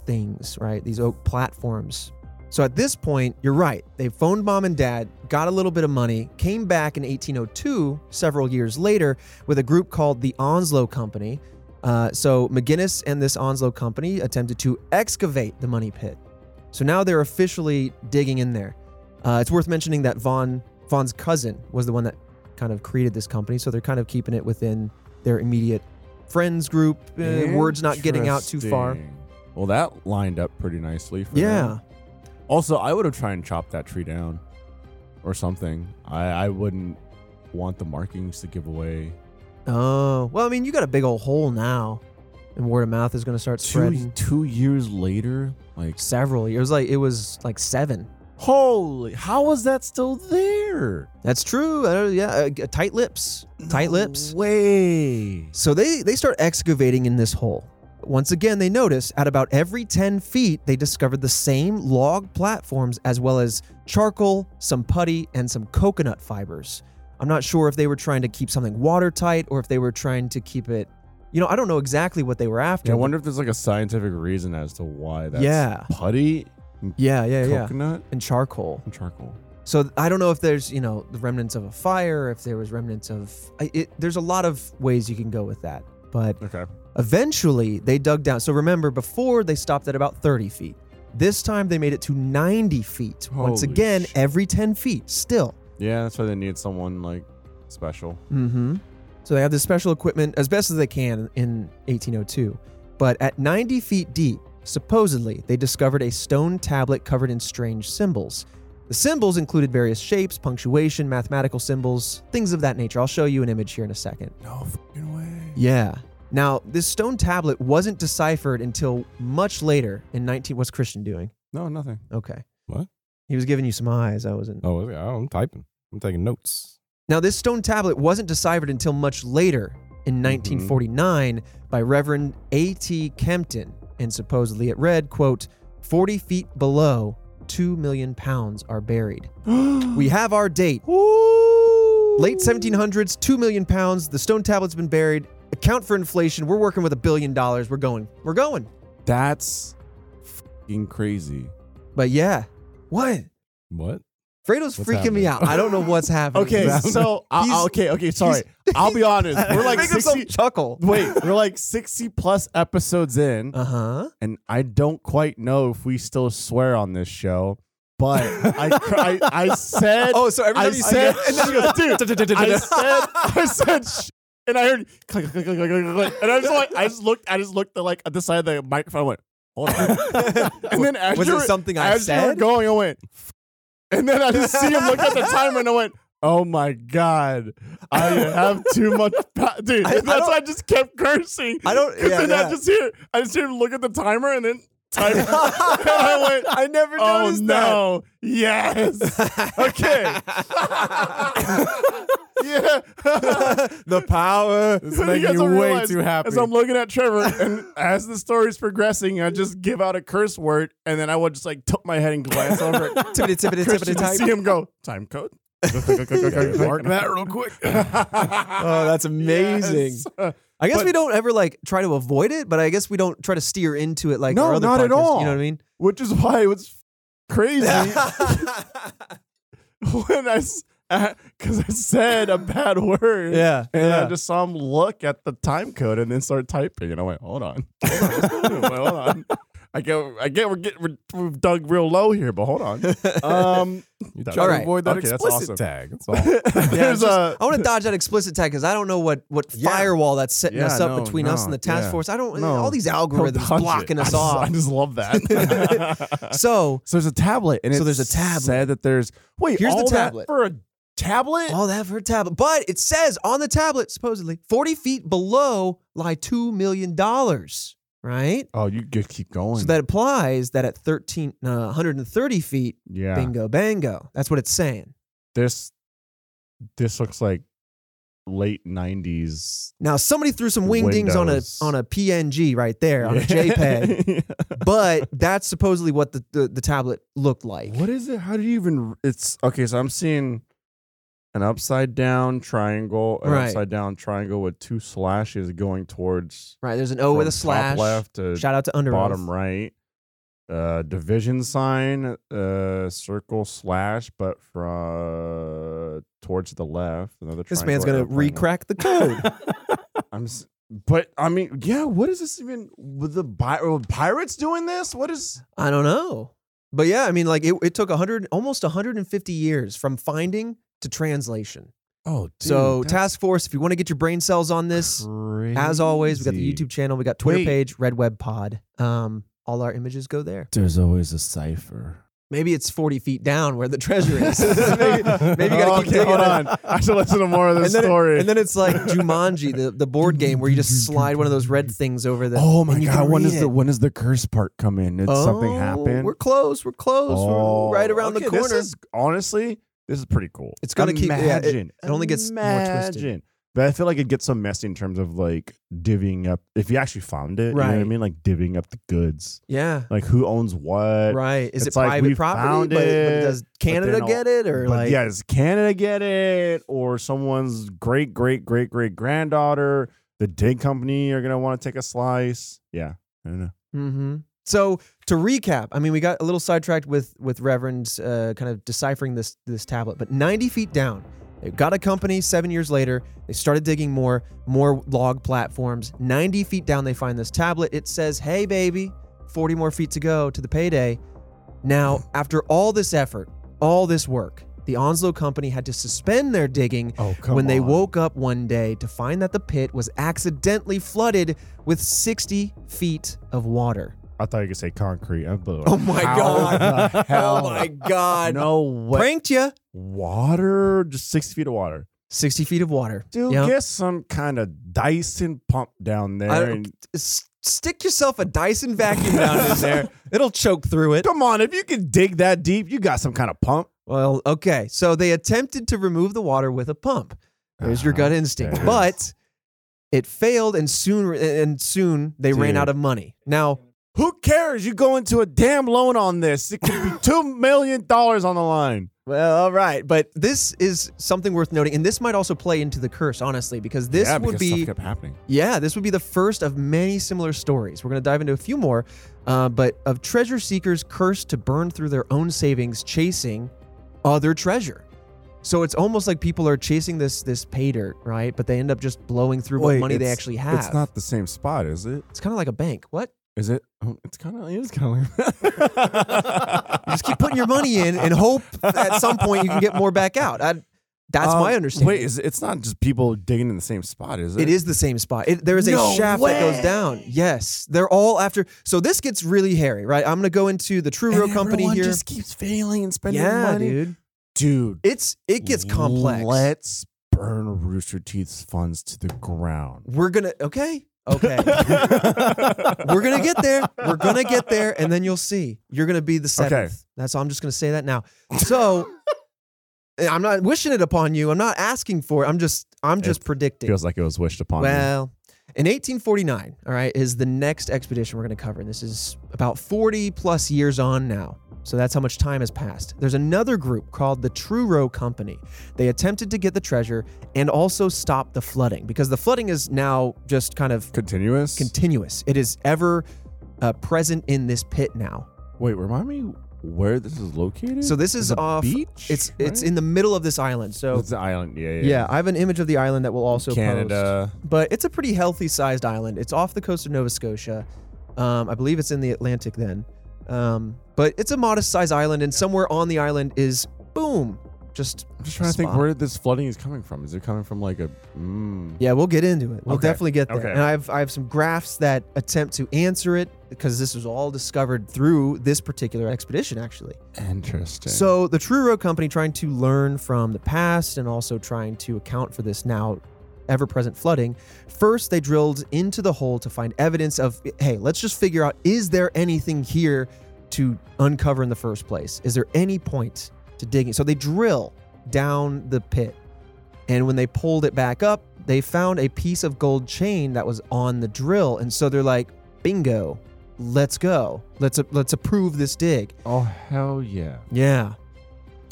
Speaker 2: things, right? These oak platforms. So at this point, you're right. They phoned mom and dad, got a little bit of money, came back in 1802, several years later, with a group called the Onslow Company. Uh, so McGinnis and this Onslow Company attempted to excavate the money pit. So now they're officially digging in there. Uh, it's worth mentioning that Vaughn Vaughn's cousin was the one that kind of created this company, so they're kind of keeping it within their immediate friends group. Eh, words not getting out too far.
Speaker 3: Interesting. Well, that lined up pretty nicely. For them.
Speaker 2: Yeah.
Speaker 3: Also, I would have tried and chopped that tree down or something. I, I wouldn't want the markings to give away.
Speaker 2: Oh well, I mean, you got a big old hole now, and word of mouth is going to start
Speaker 3: Two,
Speaker 2: spreading.
Speaker 3: two years later, like,
Speaker 2: Several. It was like it was like seven.
Speaker 3: holy, how was that still there?
Speaker 2: That's true. Uh, yeah, uh, g- tight lips, tight lips.
Speaker 3: Way.
Speaker 2: So they they start excavating in this hole. Once again, they notice at about every 10 feet, they discovered the same log platforms as well as charcoal, some putty, and some coconut fibers. I'm not sure if they were trying to keep something watertight or if they were trying to keep it. You know, I don't know exactly what they were after.
Speaker 3: Yeah, I
Speaker 2: but-
Speaker 3: wonder if there's like a scientific reason as to why that's
Speaker 2: Yeah.
Speaker 3: putty,
Speaker 2: Yeah, yeah, yeah.
Speaker 3: coconut,
Speaker 2: And charcoal.
Speaker 3: and charcoal.
Speaker 2: So th- I don't know if there's you know the remnants of a fire, if there was remnants of I- it, there's a lot of ways you can go with that. But
Speaker 3: Okay.
Speaker 2: eventually they dug down. So remember, before they stopped at about 30 feet. This time they made it to 90 feet. Once
Speaker 3: Holy
Speaker 2: again,
Speaker 3: sh-
Speaker 2: every 10 feet, still.
Speaker 3: Yeah, that's why they need someone like special.
Speaker 2: Mm-hmm. So they have this special equipment as best as they can in 1802. But at 90 feet deep, supposedly, they discovered a stone tablet covered in strange symbols. The symbols included various shapes, punctuation, mathematical symbols, things of that nature. I'll show you an image here in a second.
Speaker 4: No fucking way.
Speaker 2: Yeah. Now, this stone tablet wasn't deciphered until much later in 19. What's Christian doing?
Speaker 3: No, nothing.
Speaker 2: Okay.
Speaker 4: What?
Speaker 2: He was giving you some eyes. I wasn't.
Speaker 4: Oh, yeah, I'm typing. I'm taking notes.
Speaker 2: Now, this stone tablet wasn't deciphered until much later in 1949 by Reverend A.T. Kempton, and supposedly it read, quote, 40 feet below, 2 million pounds are buried. we have our date. Late 1700s, 2 million pounds. The stone tablet's been buried. Account for inflation. We're working with a billion dollars. We're going. We're going.
Speaker 3: That's fucking crazy.
Speaker 2: But yeah. What?
Speaker 4: What?
Speaker 2: Fredo's
Speaker 4: What's
Speaker 2: freaking me
Speaker 4: happening?
Speaker 2: out. I don't know what's happening.
Speaker 3: so I- I- okay, okay, sorry. I'll be honest. We're like
Speaker 2: Make himself
Speaker 3: sixty.
Speaker 2: chuckle.
Speaker 3: Wait, we're like sixty plus episodes in,
Speaker 2: Uh huh.
Speaker 3: and I don't quite know if we still swear on this show. But I, cr- I, I said,
Speaker 2: Oh, so every
Speaker 3: I
Speaker 2: time you
Speaker 3: said,
Speaker 2: said, and then you go,
Speaker 3: dude, I
Speaker 2: I
Speaker 3: said, I said, sh- and I heard, click, click, click, click, click, click, and I just like, I just looked, I just looked at like at the side of the microphone, I went, hold on, and then as
Speaker 2: Was
Speaker 3: you
Speaker 2: it
Speaker 3: were-
Speaker 2: something I
Speaker 3: as you were
Speaker 2: said?
Speaker 3: going, I went, and then I just see him look at the timer, and I went. Oh my God! I have too much, pa- dude.
Speaker 2: I- I
Speaker 3: that's why I
Speaker 2: don't-
Speaker 3: just kept cursing.
Speaker 2: I don't-
Speaker 3: 'Cause
Speaker 2: yeah,
Speaker 3: then
Speaker 2: yeah.
Speaker 3: I just hear, I just hear him look at the timer, and then timer. and I went,
Speaker 2: I never
Speaker 3: Oh
Speaker 2: noticed
Speaker 3: no! Yes.
Speaker 2: that.
Speaker 3: Okay. yeah.
Speaker 2: the power.
Speaker 4: This is
Speaker 3: You guys
Speaker 4: making you
Speaker 3: don't
Speaker 4: way
Speaker 3: realize,
Speaker 4: too happy.
Speaker 3: As I'm looking at Trevor, and as the story's progressing, I just give out a curse word, and then I would just like tilt my head and glance over at
Speaker 2: Tippity, tippity,
Speaker 3: Christian
Speaker 2: tippity,
Speaker 3: to see
Speaker 2: type.
Speaker 3: him go. Time code.
Speaker 4: Mark that real quick.
Speaker 2: Oh, that's amazing.
Speaker 3: Yes. Uh,
Speaker 2: I guess
Speaker 3: But-
Speaker 2: we don't ever like try to avoid it, but I guess we don't try to steer into it like
Speaker 3: No,
Speaker 2: our other
Speaker 3: not at
Speaker 2: podcasts,
Speaker 3: all.
Speaker 2: You know what I mean?
Speaker 3: Which is why it was crazy when I, because I said a bad word.
Speaker 2: yeah.
Speaker 3: And
Speaker 2: yeah.
Speaker 3: I just saw him look at the time code and then start typing, and I went, "Hold on, hold on, hold on." I get, I get, we're getting, we're, we've dug real low here, but hold on. Um,
Speaker 4: You
Speaker 3: That-
Speaker 4: try
Speaker 2: All
Speaker 4: to
Speaker 2: right.
Speaker 4: avoid that
Speaker 3: Okay, that's
Speaker 4: explicit
Speaker 3: awesome.
Speaker 4: tag. That's all.
Speaker 3: there's a
Speaker 2: I want to dodge that explicit tag because I don't know what what
Speaker 3: Yeah.
Speaker 2: firewall that's setting
Speaker 3: Yeah,
Speaker 2: us up
Speaker 3: no,
Speaker 2: between us and
Speaker 3: no,
Speaker 2: the task
Speaker 3: yeah.
Speaker 2: force. I don't
Speaker 3: No.
Speaker 2: all these algorithms
Speaker 3: I'll dodge
Speaker 2: blocking
Speaker 3: it.
Speaker 2: us
Speaker 3: I just, I
Speaker 2: off.
Speaker 3: just love that.
Speaker 2: So
Speaker 3: so there's a tablet, and
Speaker 2: So
Speaker 3: it
Speaker 2: there's a tablet.
Speaker 3: Said that there's wait,
Speaker 2: Here's the
Speaker 3: all that
Speaker 2: tablet.
Speaker 3: for a tablet.
Speaker 2: all that for a tablet, but it says on the tablet supposedly forty feet below lie two million dollars. Right.
Speaker 3: Oh, you could keep going.
Speaker 2: So that implies that at 13, uh, 130 feet,
Speaker 3: yeah,
Speaker 2: bingo, bango. That's what it's saying.
Speaker 3: this this looks like late '90s
Speaker 2: Now somebody threw some wingdings on a
Speaker 3: Windows.
Speaker 2: on a PNG right there on a JPEG, but that's supposedly what the, the, the tablet looked like.
Speaker 3: What is it? How do you even? It's okay. So I'm seeing an upside down triangle, an
Speaker 2: Right.
Speaker 3: upside down triangle with two slashes going towards.
Speaker 2: Right, there's an O
Speaker 3: from
Speaker 2: Oh, with a
Speaker 3: top
Speaker 2: slash.
Speaker 3: left to
Speaker 2: Shout out to Under
Speaker 3: bottom
Speaker 2: Oath.
Speaker 3: right. Uh, division sign, uh, circle slash, but from towards the left. Another.
Speaker 2: This man's gonna
Speaker 3: triangle, rectangle.
Speaker 2: re-crack the code.
Speaker 3: I'm. s- But I mean, yeah. What is this even? With the bi- were pirates doing this? What is?
Speaker 2: I don't know, but yeah, I mean, like it, it took 100, almost 150 years from finding to translation.
Speaker 3: Oh,
Speaker 2: so, task force, if you want to get your brain cells on this, as always, we got the YouTube channel, we got Twitter
Speaker 3: Wait.
Speaker 2: page, Red Web Pod. Um, all our images go there.
Speaker 3: There's always a cipher.
Speaker 2: Maybe it's 40 feet down where the treasure is. maybe, maybe you gotta keep
Speaker 3: okay,
Speaker 2: digging
Speaker 3: hold
Speaker 2: it.
Speaker 3: on. I should listen to more of
Speaker 2: And
Speaker 3: this
Speaker 2: then, it-
Speaker 3: story.
Speaker 2: and then it's like Jumanji, the, the board game where you just slide one of those red things over the.
Speaker 3: oh
Speaker 2: and you can
Speaker 3: When
Speaker 2: read
Speaker 3: does
Speaker 2: it.
Speaker 3: when does the curse part come in? Did something
Speaker 2: Oh,
Speaker 3: happen?
Speaker 2: We're close. We're close.
Speaker 3: Oh,
Speaker 2: we're right around the
Speaker 3: okay, this
Speaker 2: corner.
Speaker 3: is- honestly, this is pretty cool.
Speaker 2: It's gonna keep- yeah, it-
Speaker 3: imagine.
Speaker 2: it only gets more twisted.
Speaker 3: Imagine. But I feel like it gets so messy in terms of like divvying up. If you actually found it, you know what I
Speaker 2: Right.
Speaker 3: mean? Like divvying up the goods.
Speaker 2: yeah.
Speaker 3: Like who owns what?
Speaker 2: Right. Is it
Speaker 3: It's like,
Speaker 2: private
Speaker 3: we
Speaker 2: property?
Speaker 3: found
Speaker 2: but, but
Speaker 3: it,
Speaker 2: does
Speaker 3: then
Speaker 2: Canada
Speaker 3: all-
Speaker 2: get it or
Speaker 3: but
Speaker 2: like?
Speaker 3: yeah, does Canada get it, or someone's great great great great granddaughter? The dig company are gonna want to take a slice. Yeah, I don't know.
Speaker 2: hmm So to recap, I mean, we got a little sidetracked with with Reverend's uh, kind of deciphering this this tablet, but 90 feet down, they got a company. Seven years later, they started digging more more log platforms. 90 feet down, they find this tablet. It says, "Hey, baby, 40 more feet to go to the payday." Now, after all this effort, all this work, the Onslow Company had to suspend their digging
Speaker 3: Oh,
Speaker 2: when they woke up one day to find that the pit was accidentally flooded with 60 feet of water.
Speaker 3: I thought you could say concrete. I blew it.
Speaker 2: Oh my
Speaker 3: How
Speaker 2: God. Oh
Speaker 3: the hell?
Speaker 2: God.
Speaker 3: No way.
Speaker 2: Pranked you.
Speaker 3: Water, just six feet of water.
Speaker 2: 60 feet of water.
Speaker 3: Dude,
Speaker 2: Yeah.
Speaker 3: get some kind of Dyson pump down there.
Speaker 2: I don't-
Speaker 3: and-
Speaker 2: S- stick yourself a Dyson vacuum down in there. It'll choke through it.
Speaker 3: Come on, if you can dig that deep, you got some kind of pump.
Speaker 2: Well, okay. So they attempted to remove the water with a pump. There's your gut instinct,
Speaker 3: there it is.
Speaker 2: but it failed, and soon and soon they ran
Speaker 3: Dude.
Speaker 2: out of money. Now,
Speaker 3: Who cares? You go into a damn loan on this. It could be two million dollars on the line.
Speaker 2: well, all right, but this is something worth noting, and this might also play into the curse, honestly, because this
Speaker 3: yeah,
Speaker 2: would
Speaker 3: because
Speaker 2: be
Speaker 3: stuff kept happening.
Speaker 2: Yeah, this would be the first of many similar stories. We're going to dive into a few more, uh, but of treasure seekers cursed to burn through their own savings chasing other treasure. So it's almost like people are chasing this this pay dirt, right? But they end up just blowing through what money they actually have.
Speaker 3: It's not the same spot, is it?
Speaker 2: It's kind of like a bank. What?
Speaker 3: Is it? Oh, it's kind of. It is kind of.
Speaker 2: You just keep putting your money in and hope at some point you can get more back out. I, that's
Speaker 3: Um,
Speaker 2: my understanding.
Speaker 3: Wait, is it, it's not just people digging in the same spot, is it?
Speaker 2: It is the same spot. It, there is a
Speaker 3: No
Speaker 2: shaft that goes down. Yes, they're all after. So this gets really hairy, right? I'm gonna go into the True Real Company here.
Speaker 3: Just keeps failing and spending
Speaker 2: yeah,
Speaker 3: money,
Speaker 2: dude.
Speaker 3: dude.
Speaker 2: It's it gets complex.
Speaker 3: Let's burn Rooster Teeth's funds to the ground.
Speaker 2: We're gonna okay, okay. We're gonna get there. We're gonna get there, and then you'll see. You're gonna be the seventh. That's all. I'm just gonna say that now. So. eh, I'm not wishing it upon you. I'm not asking for it. I'm just I'm just predicting.
Speaker 3: Feels like it was wished upon. me.
Speaker 2: Well, in 1849, all right, is the next expedition we're going to cover. And this is about 40 plus years on now. So that's how much time has passed. There's another group called the Truro Company. They attempted to get the treasure and also stop the flooding because the flooding is now just kind of
Speaker 3: continuous.
Speaker 2: continuous. It is ever uh, present in this pit now.
Speaker 3: Wait, remind me where this is located.
Speaker 2: So this is
Speaker 3: It's a
Speaker 2: off.
Speaker 3: beach.
Speaker 2: It's it's
Speaker 3: right?
Speaker 2: in the middle of this island. So
Speaker 3: It's the island. Yeah, yeah.
Speaker 2: yeah, I have an image of the island that will also post.
Speaker 3: Canada.
Speaker 2: but it's a pretty healthy sized island. It's off the coast of Nova Scotia. Um, I believe it's in the Atlantic then. Um, but it's a modest sized island, and somewhere on the island is boom. Just
Speaker 3: I'm just trying to think
Speaker 2: spot.
Speaker 3: where this flooding is coming from. Is it coming from like a? Mm,
Speaker 2: yeah, we'll get into it. We'll
Speaker 3: Okay.
Speaker 2: definitely get there.
Speaker 3: Okay.
Speaker 2: And I have I have some graphs that attempt to answer it because this was all discovered through this particular expedition actually.
Speaker 3: Interesting.
Speaker 2: So the Truro Company trying to learn from the past and also trying to account for this now ever-present flooding. First, they drilled into the hole to find evidence of hey, let's just figure out is there anything here to uncover in the first place? Is there any point to digging? So they drill down the pit. And when they pulled it back up, they found a piece of gold chain that was on the drill. And so they're like, bingo, let's go. Let's let's approve this dig.
Speaker 3: oh hell yeah.
Speaker 2: Yeah.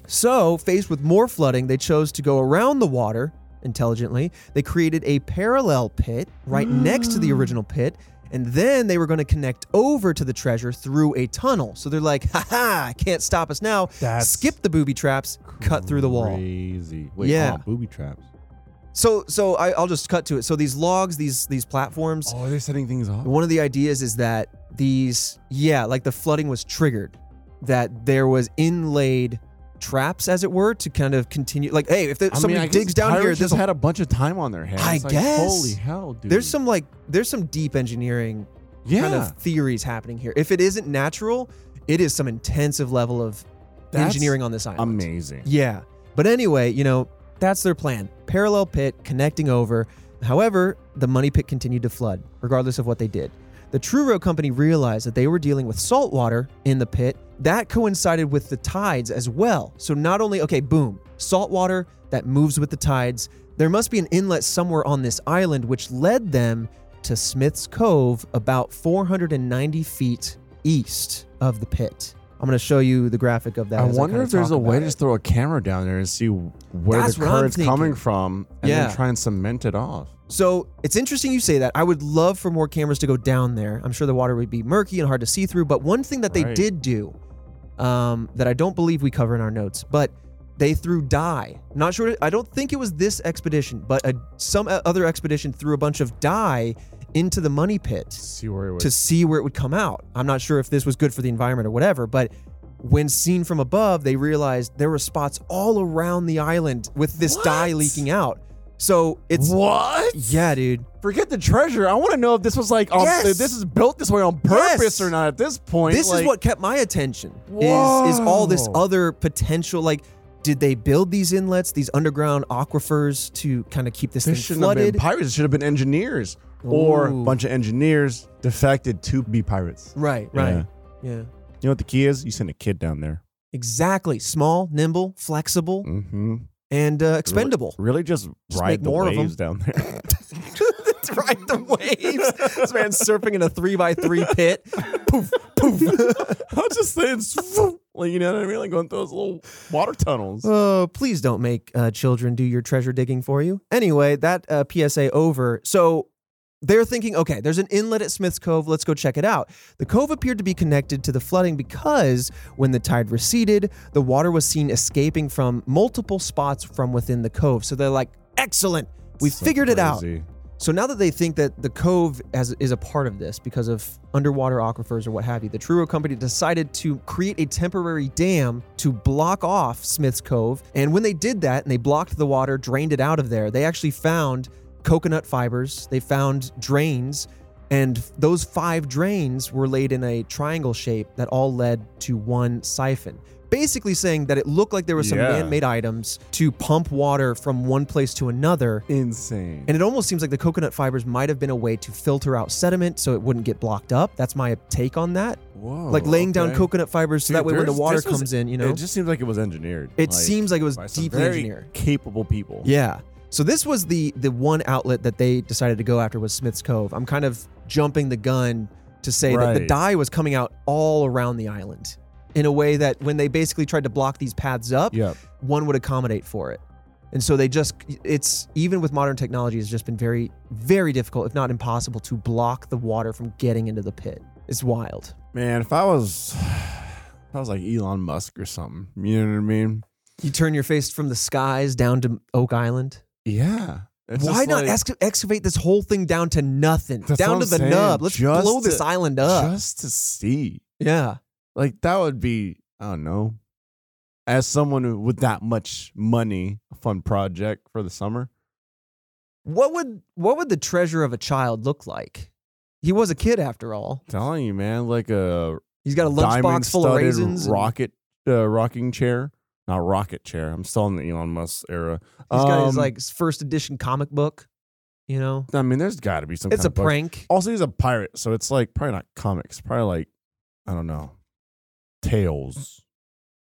Speaker 2: So, faced with more flooding, they chose to go around the water intelligently. They created a parallel pit right next to the
Speaker 3: Mm.
Speaker 2: original pit, and then they were going to connect over to the treasure through a tunnel. So they're like, "Ha ha! Can't stop us now."
Speaker 3: That's
Speaker 2: Skip the booby traps, cut through the wall.
Speaker 3: Crazy. Wait,
Speaker 2: Yeah.
Speaker 3: hold on, booby traps.
Speaker 2: So, so I, I'll just cut to it. So these logs, these these platforms,
Speaker 3: Oh, they're setting things up.
Speaker 2: One of the ideas is that these, yeah, like the flooding was triggered, that there was inlaid traps, as it were, to kind of continue. Like, hey, if the, somebody
Speaker 3: I guess
Speaker 2: digs down here,
Speaker 3: pirates
Speaker 2: this
Speaker 3: just had a bunch of time on their hands.
Speaker 2: I
Speaker 3: It's like,
Speaker 2: guess.
Speaker 3: Holy hell, dude.
Speaker 2: there's some like there's some deep engineering
Speaker 3: yeah.
Speaker 2: kind of theories happening here. If it isn't natural, it is some intensive level of
Speaker 3: That's
Speaker 2: engineering on this island.
Speaker 3: amazing.
Speaker 2: Yeah. But anyway, you know, that's their plan. Parallel pit connecting over. However, the money pit continued to flood, regardless of what they did. The Truro Company realized that they were dealing with salt water in the pit. That coincided with the tides as well. So not only, okay, boom, salt water that moves with the tides. There must be an inlet somewhere on this island, which led them to Smith's Cove, about 490 feet east of the pit. I'm going to show you the graphic of that.
Speaker 3: I
Speaker 2: as
Speaker 3: wonder
Speaker 2: kinda
Speaker 3: if there's
Speaker 2: talk
Speaker 3: a way
Speaker 2: about
Speaker 3: to
Speaker 2: it.
Speaker 3: just throw a camera down there and see where
Speaker 2: That's
Speaker 3: the
Speaker 2: what I'm
Speaker 3: current's coming
Speaker 2: thinking.
Speaker 3: from and
Speaker 2: Yeah.
Speaker 3: then try and cement it off.
Speaker 2: So it's interesting you say that. I would love for more cameras to go down there. I'm sure the water would be murky and hard to see through. But one thing that they
Speaker 3: Right.
Speaker 2: did do um, that I don't believe we cover in our notes, but they threw dye. Not sure. I don't think it was this expedition, but a, some o- other expedition threw a bunch of dye into the money pit
Speaker 3: See where it was.
Speaker 2: to see where it would come out. I'm not sure if this was good for the environment or whatever, but When seen from above, they realized there were spots all around the island with this dye
Speaker 3: What?
Speaker 2: leaking out. So it's
Speaker 3: what?
Speaker 2: yeah, dude.
Speaker 3: Forget the treasure. I want to know if this was like on,
Speaker 2: Yes.
Speaker 3: if this is built this way on purpose
Speaker 2: Yes.
Speaker 3: or not. At this point,
Speaker 2: this
Speaker 3: like-
Speaker 2: is what kept my attention. Is is all this
Speaker 3: Whoa.
Speaker 2: other potential like did they build these inlets, these underground aquifers to kind of keep this,
Speaker 3: This
Speaker 2: thing
Speaker 3: shouldn't have
Speaker 2: flooded?
Speaker 3: been pirates. It should have been engineers or a
Speaker 2: Ooh.
Speaker 3: bunch of engineers defected to be pirates.
Speaker 2: right,
Speaker 3: Yeah.
Speaker 2: right. yeah.
Speaker 3: You know what the key is? You send a kid down there.
Speaker 2: Exactly. Small, nimble, flexible,
Speaker 3: Mm-hmm.
Speaker 2: and uh, expendable.
Speaker 3: Really, just,
Speaker 2: Just make
Speaker 3: ride the
Speaker 2: more of 'em.
Speaker 3: waves down there.
Speaker 2: Ride the waves. This man's surfing in a three by three pit. Poof, poof.
Speaker 3: I was just saying, swoop, like you know what I mean, like going through those little water tunnels.
Speaker 2: Oh, please don't make uh, children do your treasure digging for you. Anyway, that uh, PSA over. So they're thinking, okay, there's an inlet at Smith's Cove. Let's go check it out. The cove appeared to be connected to the flooding because when the tide receded, the water was seen escaping from multiple spots from within the cove. So they're like, excellent. We figured it out. So now that they think that the cove has, is a part of this because of underwater aquifers or what have you, the Truro Company decided to create a temporary dam to block off Smith's Cove. And when they did that and they blocked the water, drained it out of there, they actually found coconut fibers, they found drains, and those five drains were laid in a triangle shape that all led to one siphon. Basically, saying that it looked like there were some
Speaker 3: Yeah.
Speaker 2: man made items to pump water from one place to another.
Speaker 3: Insane.
Speaker 2: And it almost seems like the coconut fibers might have been a way to filter out sediment so it wouldn't get blocked up. That's my take on that.
Speaker 3: Whoa,
Speaker 2: like laying down
Speaker 3: Oh, okay.
Speaker 2: coconut fibers so that
Speaker 3: Dude,
Speaker 2: way when the
Speaker 3: there's-
Speaker 2: water
Speaker 3: this was-
Speaker 2: comes in, you know,
Speaker 3: It
Speaker 2: it,
Speaker 3: just seems like it was engineered. like,
Speaker 2: seems like it was
Speaker 3: by some
Speaker 2: deeply
Speaker 3: very
Speaker 2: engineered.
Speaker 3: capable people.
Speaker 2: Yeah. So this was the the one outlet that they decided to go after was Smith's Cove. I'm kind of jumping the gun to say that the
Speaker 3: Right.
Speaker 2: dye was coming out all around the island in a way that when they basically tried to block these paths up,
Speaker 4: Yep.
Speaker 2: one would accommodate for it. And so they just, it's even with modern technology, it's just been very, very difficult, if not impossible, to block the water from getting into the pit. It's wild.
Speaker 3: man. If I was, if I was like Elon Musk or something. You know what I mean?
Speaker 2: You turn your face from the skies down to Oak Island.
Speaker 3: Yeah. It's
Speaker 2: Why
Speaker 3: just
Speaker 2: not
Speaker 3: like-
Speaker 2: ex- excavate this whole thing down to nothing,
Speaker 3: That's
Speaker 2: down to
Speaker 3: what I'm
Speaker 2: the
Speaker 3: saying.
Speaker 2: nub? Let's
Speaker 3: Just
Speaker 2: blow
Speaker 3: to-
Speaker 2: this island up.
Speaker 3: just to see?
Speaker 2: yeah.
Speaker 3: Like that would be, I don't know. As someone who- with that much money, a fun project for the summer.
Speaker 2: What would what would the treasure of a child look like? He was a kid after all.
Speaker 3: telling you, man, like a
Speaker 2: He's got a lunchbox full of
Speaker 3: diamond-studded
Speaker 2: raisins. and
Speaker 3: rocket, uh, rocking chair, not rocket chair. I'm still in the Elon Musk era.
Speaker 2: He's got his
Speaker 3: Um,
Speaker 2: like first edition comic book. You know,
Speaker 3: I mean, there's got to be some.
Speaker 2: it's
Speaker 3: kind
Speaker 2: a
Speaker 3: of bug.
Speaker 2: prank.
Speaker 3: Also, he's a pirate, so it's like probably not comics. Probably like I don't know, tales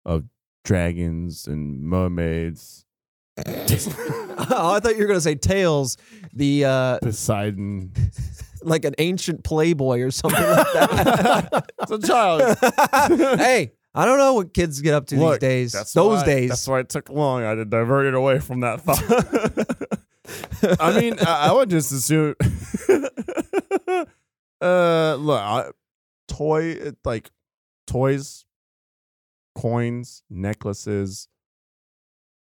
Speaker 3: of dragons and mermaids.
Speaker 2: oh, I thought you were gonna say Tales, the uh,
Speaker 3: Poseidon.
Speaker 2: like an ancient Playboy or something like that.
Speaker 3: It's a child.
Speaker 2: hey, I don't know what kids get up to
Speaker 3: Look,
Speaker 2: these days.
Speaker 3: That's
Speaker 2: Those
Speaker 3: why-
Speaker 2: days.
Speaker 3: That's why it took long. I had diverted away from that thought. I mean, I, I would just assume. uh, look, I, toy it- like toys, coins, necklaces,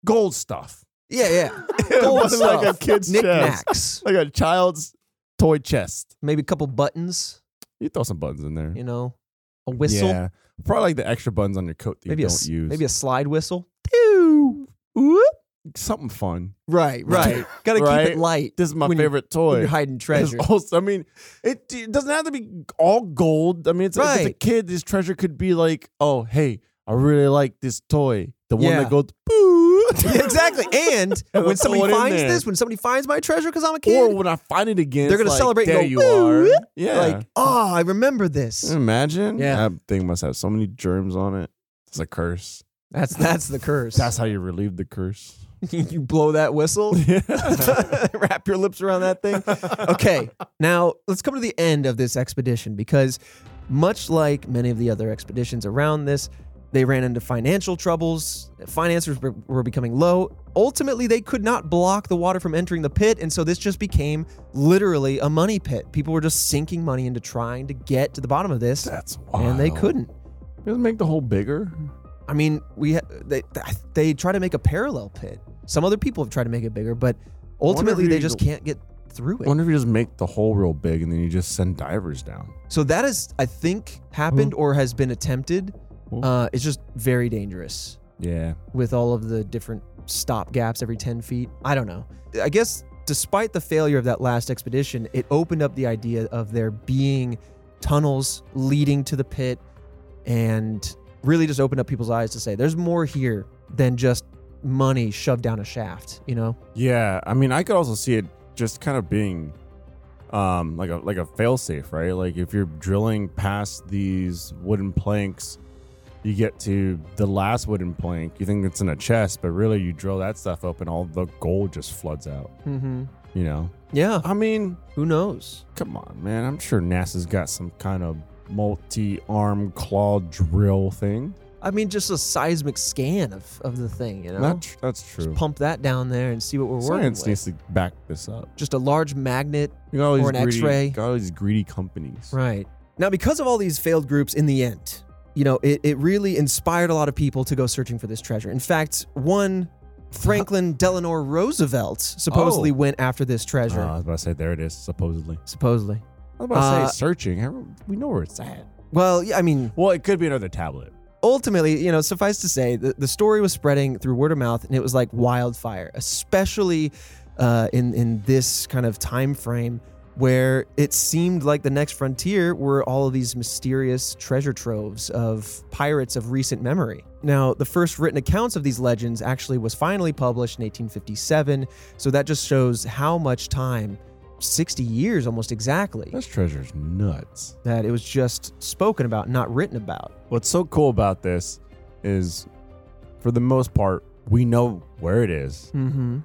Speaker 3: gold stuff.
Speaker 2: yeah, yeah.
Speaker 3: It
Speaker 2: Gold
Speaker 3: wasn't
Speaker 2: stuff.
Speaker 3: like a kid's chest,
Speaker 2: Knickknacks.
Speaker 3: like a child's toy chest.
Speaker 2: Maybe a couple buttons.
Speaker 3: You throw some buttons in there.
Speaker 2: You know, a whistle.
Speaker 3: Yeah, probably like the extra buttons on your coat that
Speaker 2: maybe
Speaker 3: you
Speaker 2: a
Speaker 3: don't
Speaker 2: s-
Speaker 3: use.
Speaker 2: maybe a slide whistle. Pew! Whoop.
Speaker 3: something fun.
Speaker 2: Right, right. Got to keep
Speaker 3: Right?
Speaker 2: it light.
Speaker 3: This is my
Speaker 2: when you-
Speaker 3: favorite
Speaker 2: when
Speaker 3: toy.
Speaker 2: you're hiding
Speaker 3: It's
Speaker 2: treasure.
Speaker 3: also- I mean, it, it doesn't have to be all gold. I mean, it's, if it's a
Speaker 2: Right.
Speaker 3: kid. This treasure could be like, oh, hey, I really like this toy, the one
Speaker 2: Yeah.
Speaker 3: that goes boo.
Speaker 2: Yeah, exactly. And
Speaker 3: And
Speaker 2: when
Speaker 3: let's throw it
Speaker 2: somebody
Speaker 3: in
Speaker 2: finds
Speaker 3: there.
Speaker 2: this, when somebody finds my treasure because I'm a
Speaker 3: or
Speaker 2: kid,
Speaker 3: when I find it again,
Speaker 2: they're
Speaker 3: it's
Speaker 2: gonna
Speaker 3: like,
Speaker 2: celebrate. and
Speaker 3: There
Speaker 2: go,
Speaker 3: you
Speaker 2: "Ooh,
Speaker 3: are.
Speaker 2: whoop."
Speaker 3: Yeah.
Speaker 2: Like, oh, I remember this.
Speaker 3: Imagine.
Speaker 2: Yeah.
Speaker 3: That thing must have so many germs on it. It's a curse.
Speaker 2: That's that's the curse.
Speaker 3: That's how you relieve the curse.
Speaker 2: you blow that whistle, wrap your lips around that thing. Okay, now let's come to the end of this expedition because, much like many of the other expeditions around this, they ran into financial troubles. Financiers were- were becoming low. Ultimately, they could not block the water from entering the pit, and so this just became literally a money pit. People were just sinking money into trying to get to the bottom of this,
Speaker 3: That's wild.
Speaker 2: and they couldn't.
Speaker 3: Doesn't make the hole bigger.
Speaker 2: I mean, we ha- they they try to make a parallel pit. Some other people have tried to make it bigger, but ultimately
Speaker 3: you-
Speaker 2: they just can't get through
Speaker 3: I
Speaker 2: it.
Speaker 3: wonder if you just make the hole real big and then you just send divers down.
Speaker 2: So that is, I think, happened or has been attempted. Uh, it's just very dangerous
Speaker 3: Yeah.
Speaker 2: with all of the different stop gaps every 10 feet. I don't know. I guess despite the failure of that last expedition, it opened up the idea of there being tunnels leading to the pit and really just opened up people's eyes to say there's more here than just money shoved down a shaft, you know?
Speaker 3: Yeah, I mean, I could also see it just kind of being um like a like a failsafe, right? Like if you're drilling past these wooden planks, you get to the last wooden plank. You think it's in a chest, but really you drill that stuff up and all the gold just floods out,
Speaker 2: Mm-hmm.
Speaker 3: you know?
Speaker 2: Yeah,
Speaker 3: I mean,
Speaker 2: who knows?
Speaker 3: come on, man. I'm sure NASA's got some kind of multi-arm claw drill thing.
Speaker 2: I mean, just a seismic scan of, of the thing, you know?
Speaker 3: That tr- that's
Speaker 2: just
Speaker 3: true.
Speaker 2: pump that down there and see what we're
Speaker 3: Science
Speaker 2: working with.
Speaker 3: needs to back this up.
Speaker 2: Just a large magnet
Speaker 3: You got all these
Speaker 2: Or an
Speaker 3: greedy-
Speaker 2: X-ray.
Speaker 3: Got all these greedy companies.
Speaker 2: Right. Now, because of all these failed groups in the end, you know, it, it really inspired a lot of people to go searching for this treasure. In fact, one Franklin Delano Roosevelt supposedly
Speaker 3: Oh.
Speaker 2: went after this treasure.
Speaker 3: Uh, I was about to say there it is, supposedly.
Speaker 2: supposedly.
Speaker 3: I was about to
Speaker 2: Uh,
Speaker 3: say searching. Everyone- We know where it's at.
Speaker 2: Well, yeah, I mean,
Speaker 3: Well, it could be another tablet.
Speaker 2: ultimately, you know, suffice to say, the, the story was spreading through word of mouth and it was like wildfire, especially uh, in, in this kind of time frame where it seemed like the next frontier were all of these mysterious treasure troves of pirates of recent memory. Now, the first written accounts of these legends actually was finally published in 1857, so that just shows how much time 60 years almost exactly
Speaker 3: This treasure's nuts.
Speaker 2: that it was just spoken about, not written about.
Speaker 3: What's so cool about this is, for the most part, we know where it is,
Speaker 2: Mm-hmm.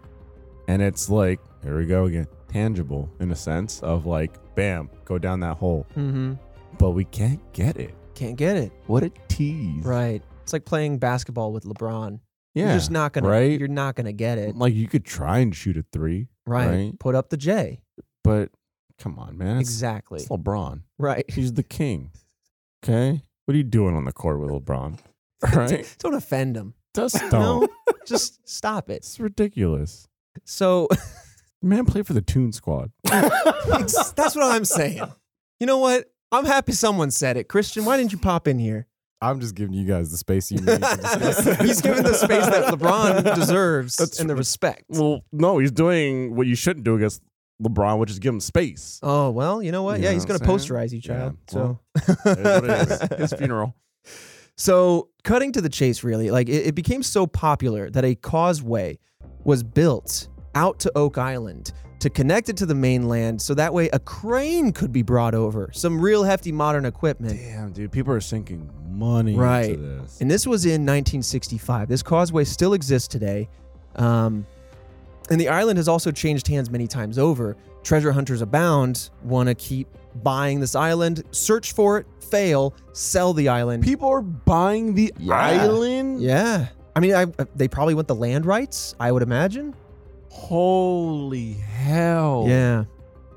Speaker 3: and it's like here we go again, tangible in a sense of like, bam, go down that hole.
Speaker 2: Mm-hmm.
Speaker 3: But we can't get it.
Speaker 2: Can't get it.
Speaker 3: What a tease!
Speaker 2: Right. It's like playing basketball with LeBron.
Speaker 3: Yeah.
Speaker 2: You're just not gonna
Speaker 3: right?
Speaker 2: you're not gonna get it.
Speaker 3: like you could try and shoot a three,
Speaker 2: Right.
Speaker 3: right.
Speaker 2: Put up the J.
Speaker 3: but come on, man. It's,
Speaker 2: exactly.
Speaker 3: it's LeBron.
Speaker 2: Right.
Speaker 3: He's the king. Okay. What are you doing on the court with LeBron? Right?
Speaker 2: Don't offend him.
Speaker 3: Just
Speaker 2: No.
Speaker 3: don't.
Speaker 2: Just stop it.
Speaker 3: It's ridiculous.
Speaker 2: So
Speaker 3: Man, play for the Toon Squad.
Speaker 2: that's what I'm saying. You know what? I'm happy someone said it. Christian, why didn't you pop in here?
Speaker 4: I'm just giving you guys the space you need. to discuss this.
Speaker 2: He's given the space that LeBron deserves
Speaker 3: That's-
Speaker 2: and the respect.
Speaker 3: Well, no, he's doing what you shouldn't do against LeBron, which is give him space.
Speaker 2: oh well, you know what?
Speaker 3: You
Speaker 2: yeah,
Speaker 3: know
Speaker 2: he's
Speaker 3: what
Speaker 2: gonna
Speaker 3: I'm saying?
Speaker 2: posterize you, child.
Speaker 3: Yeah, well,
Speaker 2: so
Speaker 3: It is what it is. His funeral.
Speaker 2: So, cutting to the chase, really, like it, it became so popular that a causeway was built out to Oak Island to connect it to the mainland so that way a crane could be brought over, some real hefty modern equipment.
Speaker 3: Damn, dude. People are sinking money
Speaker 2: Right.
Speaker 3: into this.
Speaker 2: And this was in 1965. This causeway still exists today. Um, and the island has also changed hands many times over. Treasure hunters abound, want to keep buying this island, search for it, fail, sell the island.
Speaker 3: People are buying the
Speaker 2: Yeah.
Speaker 3: island?
Speaker 2: Yeah. I mean, I, they probably want the land rights, I would imagine.
Speaker 3: Holy hell.
Speaker 2: Yeah.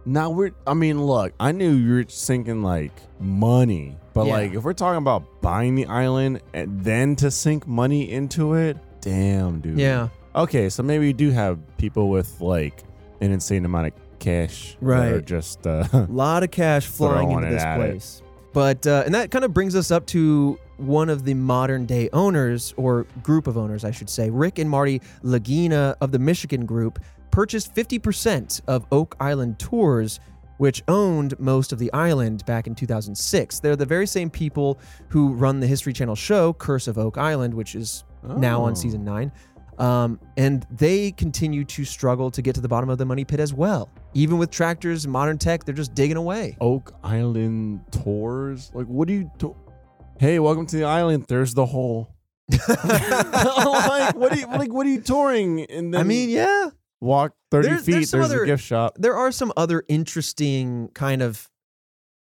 Speaker 3: Now we're. I mean, look. I knew you were sinking like money, but
Speaker 2: Yeah.
Speaker 3: like if we're talking about buying the island and then to sink money into it, damn, dude.
Speaker 2: Yeah.
Speaker 3: Okay, so maybe you do have people with like an insane amount of cash, that
Speaker 2: Right.
Speaker 3: Are just uh,
Speaker 2: A lot of cash flying
Speaker 3: Throwing
Speaker 2: into this
Speaker 3: it at it.
Speaker 2: place. But, uh, and that kind of brings us up to one of the modern day owners, or group of owners, I should say. Rick and Marty Lagina of the Michigan Group purchased 50% of Oak Island Tours, which owned most of the island back in 2006. They're the very same people who run the History Channel show, Curse of Oak Island, which is now
Speaker 3: Oh.
Speaker 2: on season nine. Um, and they continue to struggle to get to the bottom of the money pit as well. Even with tractors and modern tech, they're just digging away.
Speaker 3: Oak Island tours. Like, what do you? To- hey, welcome to the island. There's the hole. like, what are you? Like, what are you touring? And then
Speaker 2: I mean, yeah,
Speaker 3: walk thirty
Speaker 2: There's-
Speaker 3: feet.
Speaker 2: there's some
Speaker 3: There's,
Speaker 2: other-
Speaker 3: a gift shop.
Speaker 2: there are some other interesting kind of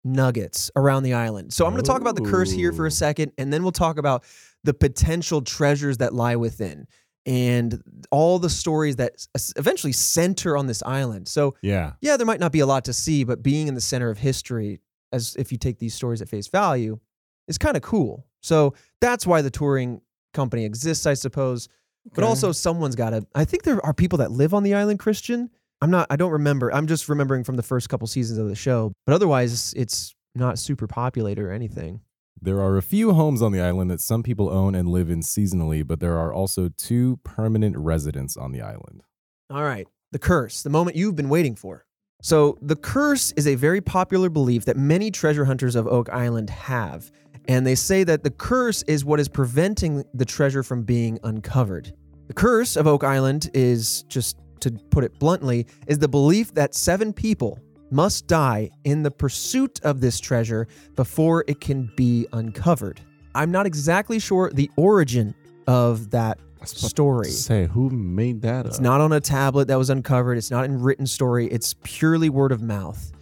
Speaker 2: nuggets around the island. So I'm going to talk about the curse here for
Speaker 3: Ooh.
Speaker 2: a second, and then we'll talk about the potential treasures that lie within and all the stories that s- eventually center on this island. So
Speaker 3: Yeah.
Speaker 2: yeah, there might not be a lot to see, but being in the center of history, as if you take these stories at face value, is kind of cool. So that's why the touring company exists, I suppose. But
Speaker 3: Okay.
Speaker 2: also, someone's got to. I think there are people that live on the island, Christian. I'm not. I don't remember. I'm just remembering from the first couple seasons of the show. But otherwise, it's not super populated or anything.
Speaker 4: There are a few homes on the island that some people own and live in seasonally, but there are also two permanent residents on the island.
Speaker 2: All right, the curse, the moment you've been waiting for. So, the curse is a very popular belief that many treasure hunters of Oak Island have, and they say that the curse is what is preventing the treasure from being uncovered. The curse of Oak Island is, just to put it bluntly, is the belief that seven people must die in the pursuit of this treasure before it can be uncovered. I'm not exactly sure the origin of that story.
Speaker 3: Say, who made that
Speaker 2: It's
Speaker 3: up?
Speaker 2: not on a tablet that was uncovered. It's not in written story. It's purely word of mouth.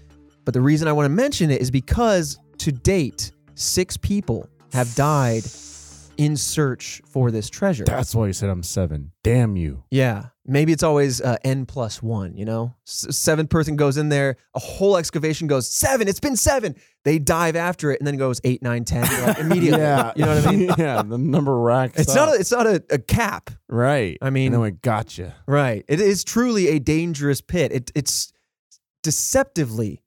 Speaker 2: But the reason I want to mention it is because to date, six people have died in search for this treasure.
Speaker 3: That's why you said I'm seven. Damn you.
Speaker 2: yeah. Maybe it's always uh, N plus one, you know? S- seven person goes in there, a whole excavation goes, seven, it's been seven. They dive after it and then it goes eight, nine, 10, like, immediately. You know what I mean?
Speaker 3: yeah, the number racks.
Speaker 2: It's
Speaker 3: up.
Speaker 2: not, a, it's not a, a cap,
Speaker 3: right.
Speaker 2: I mean-
Speaker 3: and then we gotcha.
Speaker 2: Right. It is truly a dangerous pit. It, it's deceptively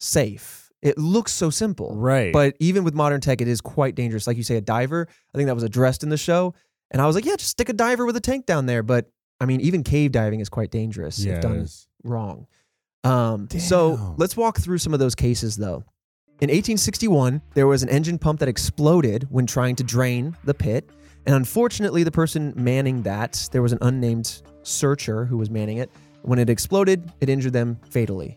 Speaker 2: safe. It looks so simple.
Speaker 3: Right.
Speaker 2: But even with modern tech, it is quite dangerous. Like you say, a diver, I think that was addressed in the show. And I was like, yeah, just stick a diver with a tank down there. But I mean, even cave diving is quite dangerous
Speaker 3: yeah,
Speaker 2: if
Speaker 3: it
Speaker 2: done
Speaker 3: is.
Speaker 2: wrong. Um, so
Speaker 3: Damn.
Speaker 2: let's walk through some of those cases, though. In 1861, there was an engine pump that exploded when trying to drain the pit. And unfortunately, the person manning that, there was an unnamed searcher who was manning it. When it exploded, it injured them fatally.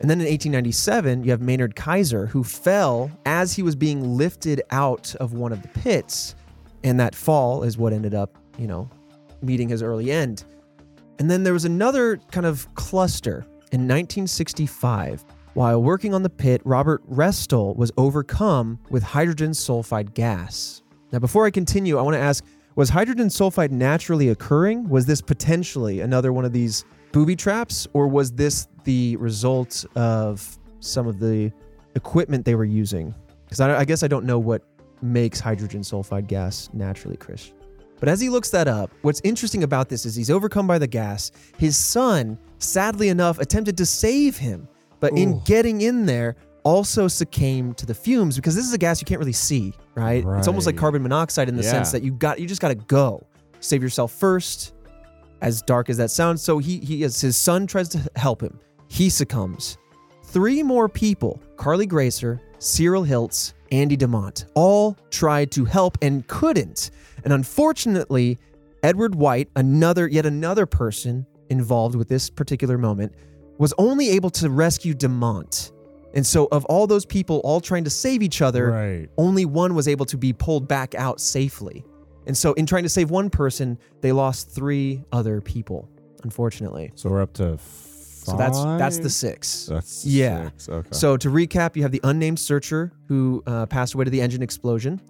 Speaker 2: And then in 1897, you have Maynard Kaiser, who fell as he was being lifted out of one of the pits. And that fall is what ended up, you know, meeting his early end. And then there was another kind of cluster in 1965. While working on the pit, Robert Restel was overcome with hydrogen sulfide gas. Now, before I continue, I want to ask was hydrogen sulfide naturally occurring? Was this potentially another one of these booby traps, or was this the result of some of the equipment they were using? Because I, I guess I don't know what makes hydrogen sulfide gas naturally, Chris. But as he looks that up, what's interesting about this is he's overcome by the gas. His son, sadly enough, attempted to save him, but in getting in there, also succumbed to the fumes because this is a gas you can't really see, right? It's almost like
Speaker 3: Right.
Speaker 2: carbon monoxide in the
Speaker 3: Yeah.
Speaker 2: sense that you got you just got to go. Save yourself first. As dark as that sounds, so he he as his son tries to help him, he succumbs. Three more people, Carly Gracer, Cyril Hiltz, Andy DeMont, all tried to help and couldn't. And unfortunately, Edward White, another yet another person involved with this particular moment, was only able to rescue DeMont. And so of all those people all trying to save each other,
Speaker 3: Right.
Speaker 2: only one was able to be pulled back out safely. And so in trying to save one person, they lost three other people, unfortunately.
Speaker 3: So we're up to five.
Speaker 2: So that's that's the six.
Speaker 4: That's
Speaker 2: Yeah.
Speaker 4: six. Okay.
Speaker 2: So to recap, you have the unnamed searcher who uh, passed away to the engine explosion.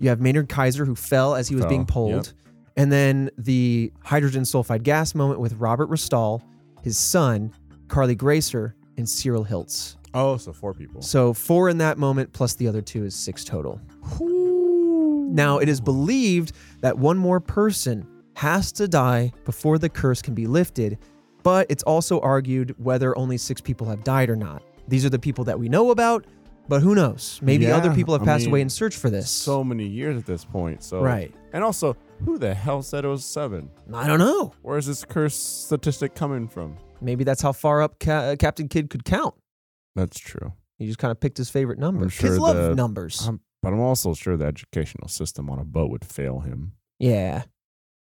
Speaker 2: You have Maynard Kaiser who fell as he was
Speaker 4: Fell,
Speaker 2: being pulled, and then the hydrogen sulfide gas moment with Robert Restall, his son, Carly Gracer, and Cyril Hiltz.
Speaker 3: Oh, so four people.
Speaker 2: So four in that moment plus the other two is six total. Now it is believed that one more person has to die before the curse can be lifted, but it's also argued whether only six people have died or not. These are the people that we know about, but who knows? Maybe
Speaker 3: Yeah,
Speaker 2: other people have
Speaker 3: I
Speaker 2: passed away
Speaker 3: mean,
Speaker 2: in search for this.
Speaker 3: So many years at this point. So
Speaker 2: Right.
Speaker 3: And also, who the hell said it was seven?
Speaker 2: I don't know.
Speaker 3: Where is this curse statistic coming from?
Speaker 2: Maybe that's how far up Ca- uh, Captain Kidd could count.
Speaker 3: That's true.
Speaker 2: He just kind of picked his favorite number.
Speaker 3: I'm
Speaker 2: Kids
Speaker 3: sure
Speaker 2: love
Speaker 3: the-
Speaker 2: numbers.
Speaker 3: I'm, but I'm also sure the educational system on a boat would fail him.
Speaker 2: yeah.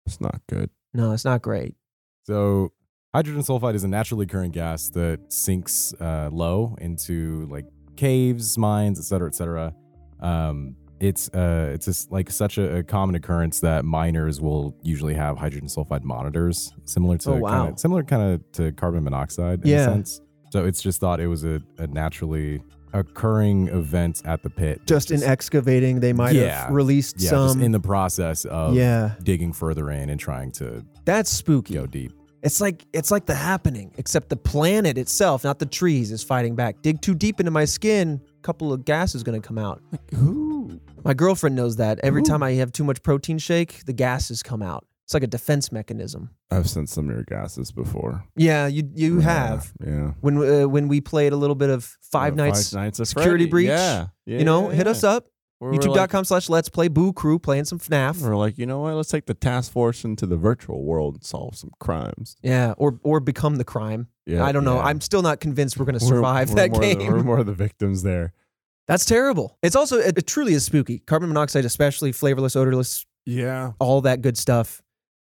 Speaker 3: It's not good.
Speaker 2: No, it's not great.
Speaker 4: So hydrogen sulfide is a naturally occurring gas that sinks uh, low into like caves, mines, etc., cetera, etc. Cetera. Um, it's uh, it's just like such a, a common occurrence that miners will usually have hydrogen sulfide monitors, similar to
Speaker 2: Oh, wow.
Speaker 4: kinda, similar kind of to carbon monoxide in
Speaker 2: Yeah.
Speaker 4: a sense. So it's just thought it was a, a naturally occurring event at the pit.
Speaker 2: Just in excavating, they might
Speaker 4: Yeah.
Speaker 2: have released
Speaker 4: yeah, just
Speaker 2: some.
Speaker 4: in the process of
Speaker 2: yeah.
Speaker 4: digging further in and trying to
Speaker 2: That's spooky.
Speaker 4: go deep.
Speaker 2: It's like it's like the happening, except the planet itself, not the trees, is fighting back. Dig too deep into my skin, a couple of gas is gonna come out.
Speaker 3: Who?
Speaker 2: My girlfriend knows that. Every time I have too much protein shake, the gases come out. It's like a defense mechanism.
Speaker 3: I've sent some of your gases before.
Speaker 2: Yeah, you you
Speaker 3: Yeah,
Speaker 2: have
Speaker 3: Yeah.
Speaker 2: when uh, when we played a little bit of Five
Speaker 3: Uh,
Speaker 2: Nights,
Speaker 3: Five Nights at
Speaker 2: Security
Speaker 3: Freddy.
Speaker 2: Breach.
Speaker 3: Yeah. Yeah,
Speaker 2: you know,
Speaker 3: yeah,
Speaker 2: hit
Speaker 3: yeah.
Speaker 2: us up.
Speaker 3: We're, we're like-
Speaker 2: YouTube.com slash Let's Play Boo Crew playing some FNAF.
Speaker 3: We're like, you know what? Let's take the task force into the virtual world and solve some crimes.
Speaker 2: Yeah, or or become the crime.
Speaker 3: Yeah,
Speaker 2: I don't know.
Speaker 3: yeah.
Speaker 2: I'm still not convinced we're going to
Speaker 3: We're-
Speaker 2: survive
Speaker 3: we're
Speaker 2: that
Speaker 3: more
Speaker 2: game.
Speaker 3: The, we're more the victims there.
Speaker 2: That's terrible. It's also it, it truly is spooky. Carbon monoxide, especially flavorless, odorless,
Speaker 3: Yeah,
Speaker 2: all that good stuff,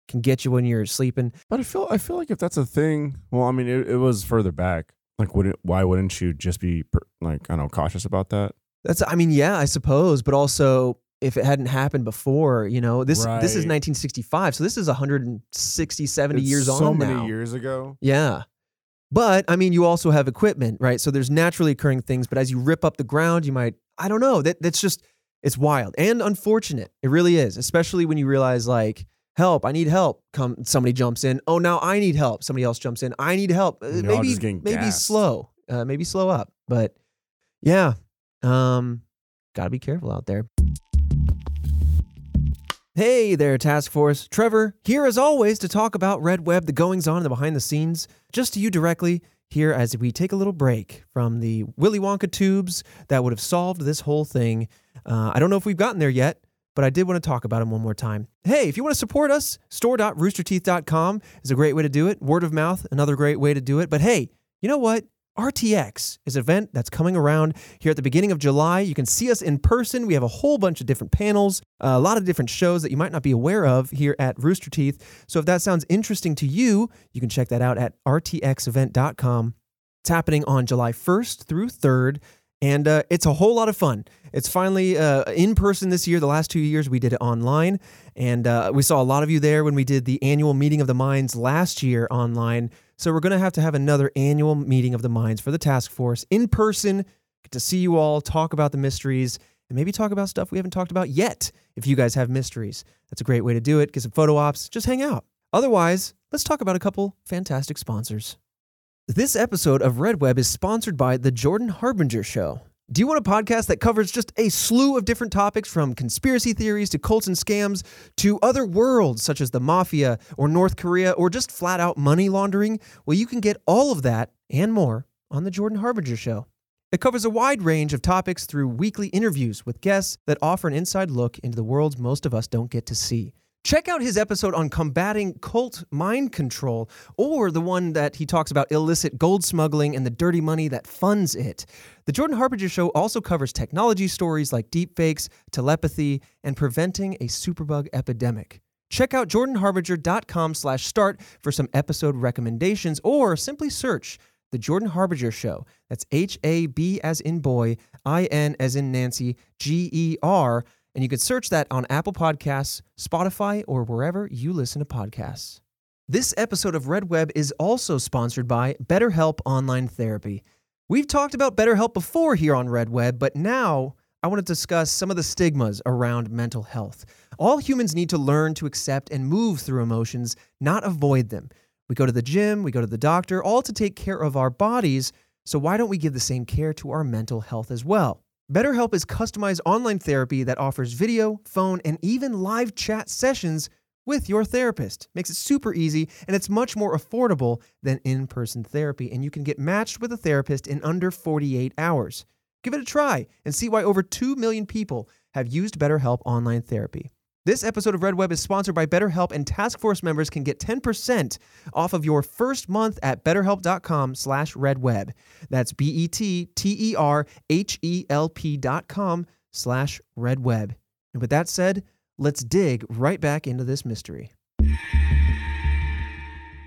Speaker 2: can get you when you're sleeping.
Speaker 3: but I feel I feel like if that's a thing, well, I mean, it, it was further back. Like, wouldn't why wouldn't you just be per- like I don't know, cautious about that?
Speaker 2: That's I mean, yeah, I suppose, but also if it hadn't happened before, you know, this this is
Speaker 3: Right.
Speaker 2: 1965, so this is 160, 70
Speaker 3: It's
Speaker 2: years
Speaker 3: so
Speaker 2: on
Speaker 3: many
Speaker 2: now.
Speaker 3: years ago.
Speaker 2: Yeah. But I mean, you also have equipment, right? So there's naturally occurring things, but as you rip up the ground, you might, I don't know. That that's just it's wild and unfortunate. It really is, especially when you realize like, help, I need help. Come somebody jumps in. Oh, now I need help. Somebody else jumps in. I need help. Uh,
Speaker 3: And you're all
Speaker 2: maybe
Speaker 3: just getting
Speaker 2: maybe
Speaker 3: gassed.
Speaker 2: slow. Uh, maybe slow up. But yeah. Um got to be careful out there. Hey there, Task Force. Trevor here as always to talk about Red Web, the goings on, and the behind the scenes, just to you directly here as we take a little break from the Willy Wonka tubes that would have solved this whole thing. Uh, I don't know if we've gotten there yet, but I did want to talk about them one more time. Hey, if you want to support us, store.roosterteeth.com is a great way to do it. Word of mouth, another great way to do it. But hey, you know what? RTX is an event that's coming around here at the beginning of July. You can see us in person. We have a whole bunch of different panels, uh, a lot of different shows that you might not be aware of here at Rooster Teeth. So if that sounds interesting to you, you can check that out at rtxevent.com. It's happening on July 1st through 3rd, and uh, it's a whole lot of fun. It's finally uh, in person this year. The last two years we did it online, and uh, we saw a lot of you there when we did the annual meeting of the minds last year online. So we're going to have to have another annual meeting of the minds for the task force in person. Get to see you all, talk about the mysteries, and maybe talk about stuff we haven't talked about yet. If you guys have mysteries, that's a great way to do it. Get some photo ops, just hang out. Otherwise, let's talk about a couple fantastic sponsors. This episode of Red Web is sponsored by The Jordan Harbinger Show. Do you want a podcast that covers just a slew of different topics from conspiracy theories to cults and scams to other worlds such as the mafia or North Korea or just flat out money laundering? Well, you can get all of that and more on The Jordan Harbinger Show. It covers a wide range of topics through weekly interviews with guests that offer an inside look into the worlds most of us don't get to see. Check out his episode on combating cult mind control, or the one that he talks about illicit gold smuggling and the dirty money that funds it. The Jordan Harbinger Show also covers technology stories like deepfakes, telepathy, and preventing a superbug epidemic. Check out jordanharbinger.com slash start for some episode recommendations, or simply search the Jordan Harbinger Show. That's H A B as in boy, I N as in Nancy, G E R. And you can search that on Apple Podcasts, Spotify, or wherever you listen to podcasts. This episode of Red Web is also sponsored by BetterHelp Online Therapy. We've talked about BetterHelp before here on Red Web, but now I want to discuss some of the stigmas around mental health. All humans need to learn to accept and move through emotions, not avoid them. We go to the gym, we go to the doctor, all to take care of our bodies. So why don't we give the same care to our mental health as well? BetterHelp is customized online therapy that offers video, phone, and even live chat sessions with your therapist. Makes it super easy and it's much more affordable than in-person therapy and you can get matched with a therapist in under 48 hours. Give it a try and see why over 2 million people have used BetterHelp online therapy. This episode of Red Web is sponsored by BetterHelp, and Task Force members can get 10% off of your first month at betterhelp.com slash redweb. That's E B-E-T-T-E-R-H-E-L-P E dot com slash redweb. And with that said, let's dig right back into this mystery.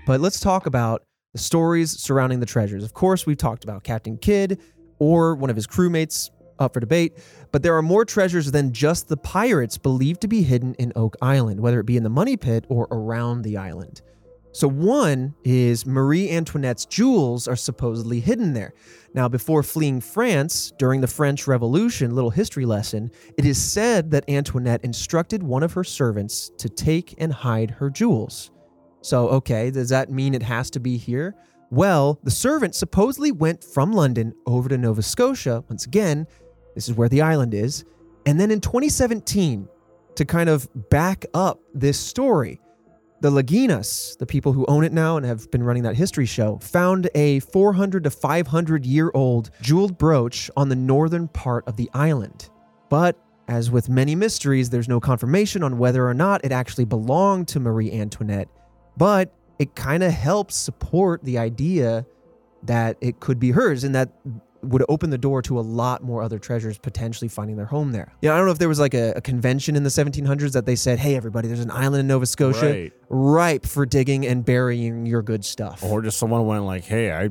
Speaker 2: But let's talk about the stories surrounding the treasures. Of course, we've talked about Captain Kidd or one of his crewmates up for debate, but there are more treasures than just the pirates believed to be hidden in Oak Island, whether it be in the money pit or around the island. So, one is Marie Antoinette's jewels are supposedly hidden there. Now, before fleeing France during the French Revolution, little history lesson, it is said that Antoinette instructed one of her servants to take and hide her jewels. So, okay, does that mean it has to be here? Well, the servant supposedly went from London over to Nova Scotia. Once again, this is where the island is. And then in 2017, to kind of back up this story, the Laginas, the people who own it now and have been running that history show, found a 400 to 500 year old jeweled brooch on the northern part of the island. But As with many mysteries, there's no confirmation on whether or not it actually belonged to Marie Antoinette, but it kind of helps support the idea that it could be hers and that would open the door to a lot more other treasures potentially finding their home there. Yeah, I don't know if there was like a, a convention in the 1700s that they said, hey, everybody, there's an island in Nova Scotia
Speaker 3: Right.
Speaker 2: ripe for digging and burying your good stuff.
Speaker 3: Or just someone went like, "Hey, I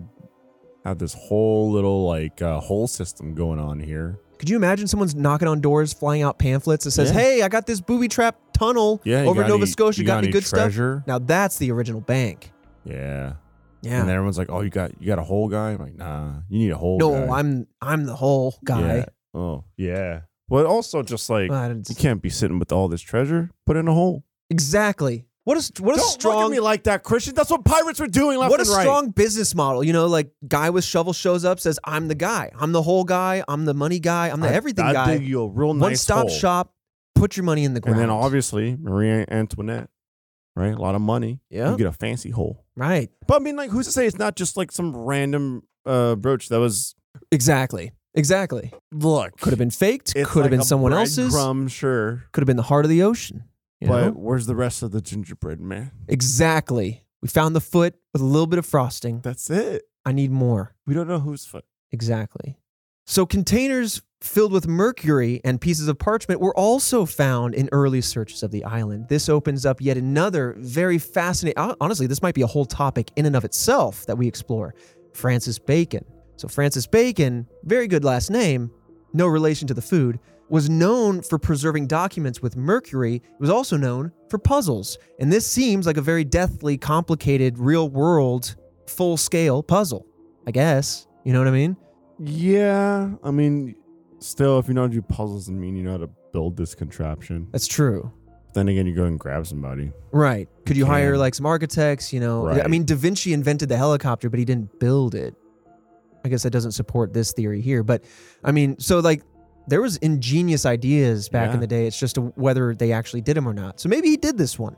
Speaker 3: have this whole little like uh, whole system going on here."
Speaker 2: Could you imagine someone's knocking on doors, flying out pamphlets that says,
Speaker 3: Yeah.
Speaker 2: "Hey, I got this booby trap tunnel
Speaker 3: Yeah, you
Speaker 2: over
Speaker 3: got
Speaker 2: Nova
Speaker 3: any-
Speaker 2: Scotia.
Speaker 3: you
Speaker 2: got,
Speaker 3: got
Speaker 2: any
Speaker 3: any
Speaker 2: good
Speaker 3: treasure?"
Speaker 2: stuff?" Now that's the original bank.
Speaker 3: Yeah.
Speaker 2: Yeah.
Speaker 3: And everyone's like, "Oh, you got you got a whole guy?" I'm like, "Nah, you need a whole
Speaker 2: no,
Speaker 3: guy."
Speaker 2: I'm I'm the whole guy.
Speaker 3: Yeah. Oh, yeah. Well, also just like
Speaker 2: But
Speaker 3: you
Speaker 2: it's-
Speaker 3: can't be sitting with all this treasure. Put it in a hole.
Speaker 2: exactly. What a what a
Speaker 3: Don't look at
Speaker 2: strong
Speaker 3: me like that, Christian. That's what pirates were doing left
Speaker 2: what a
Speaker 3: and right.
Speaker 2: strong business model. You know, like guy with shovel shows up, says, "I'm the guy. I'm the whole guy. I'm the money guy. I'm the
Speaker 3: I-
Speaker 2: everything
Speaker 3: I
Speaker 2: guy.
Speaker 3: dig you a real nice
Speaker 2: One stop
Speaker 3: hole.
Speaker 2: shop. Put your money in the
Speaker 3: And
Speaker 2: ground."
Speaker 3: then obviously Marie Antoinette, right? A lot of money.
Speaker 2: Yeah.
Speaker 3: You get a fancy hole.
Speaker 2: right,
Speaker 3: But I mean, like, who's to say it's not just like some random uh brooch that was
Speaker 2: exactly, exactly.
Speaker 3: look
Speaker 2: Could have been faked. Could have been someone else's.
Speaker 3: Crumb, sure.
Speaker 2: could have been the heart of the ocean. you
Speaker 3: but
Speaker 2: know?
Speaker 3: where's the rest of the gingerbread man?
Speaker 2: exactly. We found the foot with a little bit of frosting.
Speaker 3: That's it.
Speaker 2: I need more.
Speaker 3: We don't know who's foot.
Speaker 2: Exactly. So containers filled with mercury and pieces of parchment were also found in early searches of the island. This opens up yet another very fascinating. hon- Honestly, this might be a whole topic in and of itself that we explore. Francis Bacon. So Francis Bacon, very good last name, no relation to the food, was known for preserving documents with mercury. He was also known for puzzles. And this seems like a very deathly complicated real-world full-scale puzzle. I guess, you know what I mean?
Speaker 3: Yeah. I mean, still, if you know how to do puzzles, I mean, you know how to build this contraption.
Speaker 2: That's true.
Speaker 3: Then again, you go and grab somebody.
Speaker 2: Right. Could you
Speaker 3: You
Speaker 2: hire
Speaker 3: can.
Speaker 2: like some architects, you know? I
Speaker 3: Right.
Speaker 2: mean, Da Vinci invented the helicopter, but he didn't build it. I guess that doesn't support this theory here, but I mean, so like there was ingenious ideas back in
Speaker 3: Yeah.
Speaker 2: the day. It's just whether they actually did them or not. So maybe he did this one.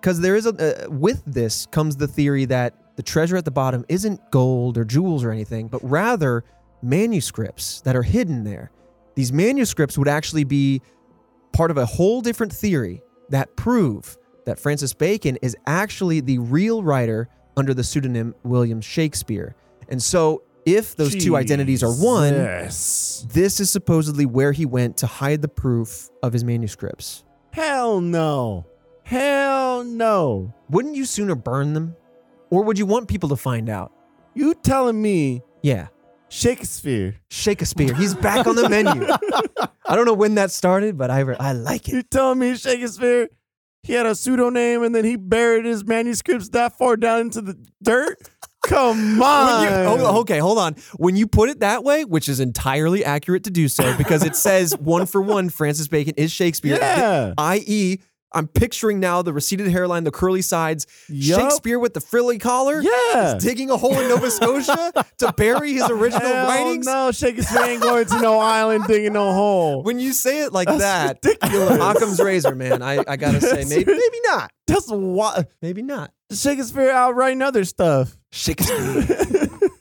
Speaker 2: Cuz there is a uh, with this comes the theory that the treasure at the bottom isn't gold or jewels or anything, but rather manuscripts that are hidden there. These manuscripts would actually be part of a whole different theory that prove that Francis Bacon is actually the real writer under the pseudonym William Shakespeare. And so, if those two identities are one,
Speaker 3: Yes.
Speaker 2: this is supposedly where he went to hide the proof of his manuscripts.
Speaker 3: Hell no. Hell no.
Speaker 2: Wouldn't you sooner burn them? Or would you want people to find out?
Speaker 3: You telling me
Speaker 2: Yeah,
Speaker 3: Shakespeare?
Speaker 2: Shakespeare. He's back on the menu. I don't know when that started, but I, re- I like it.
Speaker 3: You telling me Shakespeare? He had a pseudonym and then he buried his manuscripts that far down into the dirt? Come on.
Speaker 2: When you- oh, okay, hold on. When you put it that way, which is entirely accurate to do so because it says one for one, Francis Bacon is Shakespeare,
Speaker 3: Yeah.
Speaker 2: i.e., I'm picturing now the receded hairline, the curly sides,
Speaker 3: Yup.
Speaker 2: Shakespeare with the frilly collar,
Speaker 3: Yeah.
Speaker 2: is digging a hole in Nova Scotia to bury his original
Speaker 3: Hell
Speaker 2: writings.
Speaker 3: No, Shakespeare ain't going to no island digging no hole.
Speaker 2: When you say it like that, Occam's razor, man. I, I gotta say, maybe, maybe not,
Speaker 3: That's why
Speaker 2: maybe not.
Speaker 3: Shakespeare out writing other stuff.
Speaker 2: Shakespeare.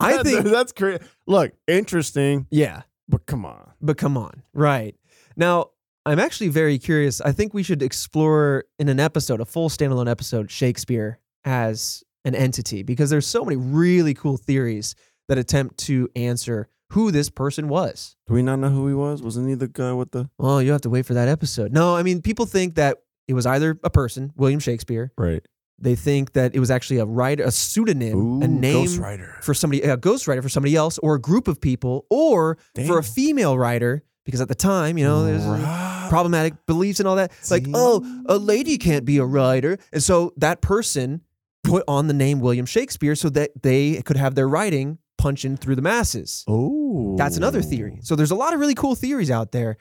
Speaker 2: I think,
Speaker 3: that's crazy. Look, interesting,
Speaker 2: yeah.
Speaker 3: but come on.
Speaker 2: but come on. Right. Now, I'm actually very curious. I think we should explore in an episode, a full standalone episode, Shakespeare as an entity because there's so many really cool theories that attempt to answer who this person was.
Speaker 3: Do we not know who he was? Wasn't he the guy with the
Speaker 2: Well, you have to wait for that episode. No, I mean, people think that it was either a person, William Shakespeare.
Speaker 3: right?
Speaker 2: They think that it was actually a writer, a pseudonym, a name
Speaker 3: Rider.
Speaker 2: for somebody, a ghostwriter for somebody else, or a group of people, or for a
Speaker 3: Damn.
Speaker 2: female writer, because at the time, you know, there's Uh, problematic beliefs and all that. It's Like,
Speaker 3: See?
Speaker 2: oh, a lady can't be a writer. And so that person put on the name William Shakespeare so that they could have their writing punch in through the masses.
Speaker 3: Oh,
Speaker 2: That's another theory. So there's a lot of really cool theories out there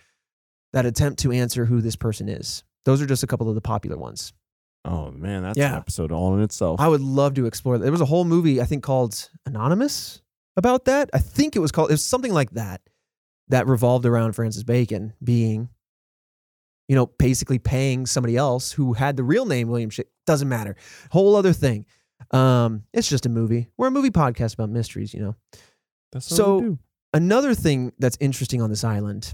Speaker 2: that attempt to answer who this person is. Those are just a couple of the popular ones.
Speaker 3: Oh man, that's
Speaker 2: Yeah.
Speaker 3: an episode all in itself.
Speaker 2: I would love to explore that. There was a whole movie, I think, called Anonymous about that. I think it was called, it was something like that, that revolved around Francis Bacon being, you know, basically paying somebody else who had the real name William Shakespeare. Doesn't matter. Whole other thing. Um, it's just a movie. We're a movie podcast about mysteries, you know.
Speaker 3: That's
Speaker 2: so-
Speaker 3: what we do.
Speaker 2: Another thing that's interesting on this island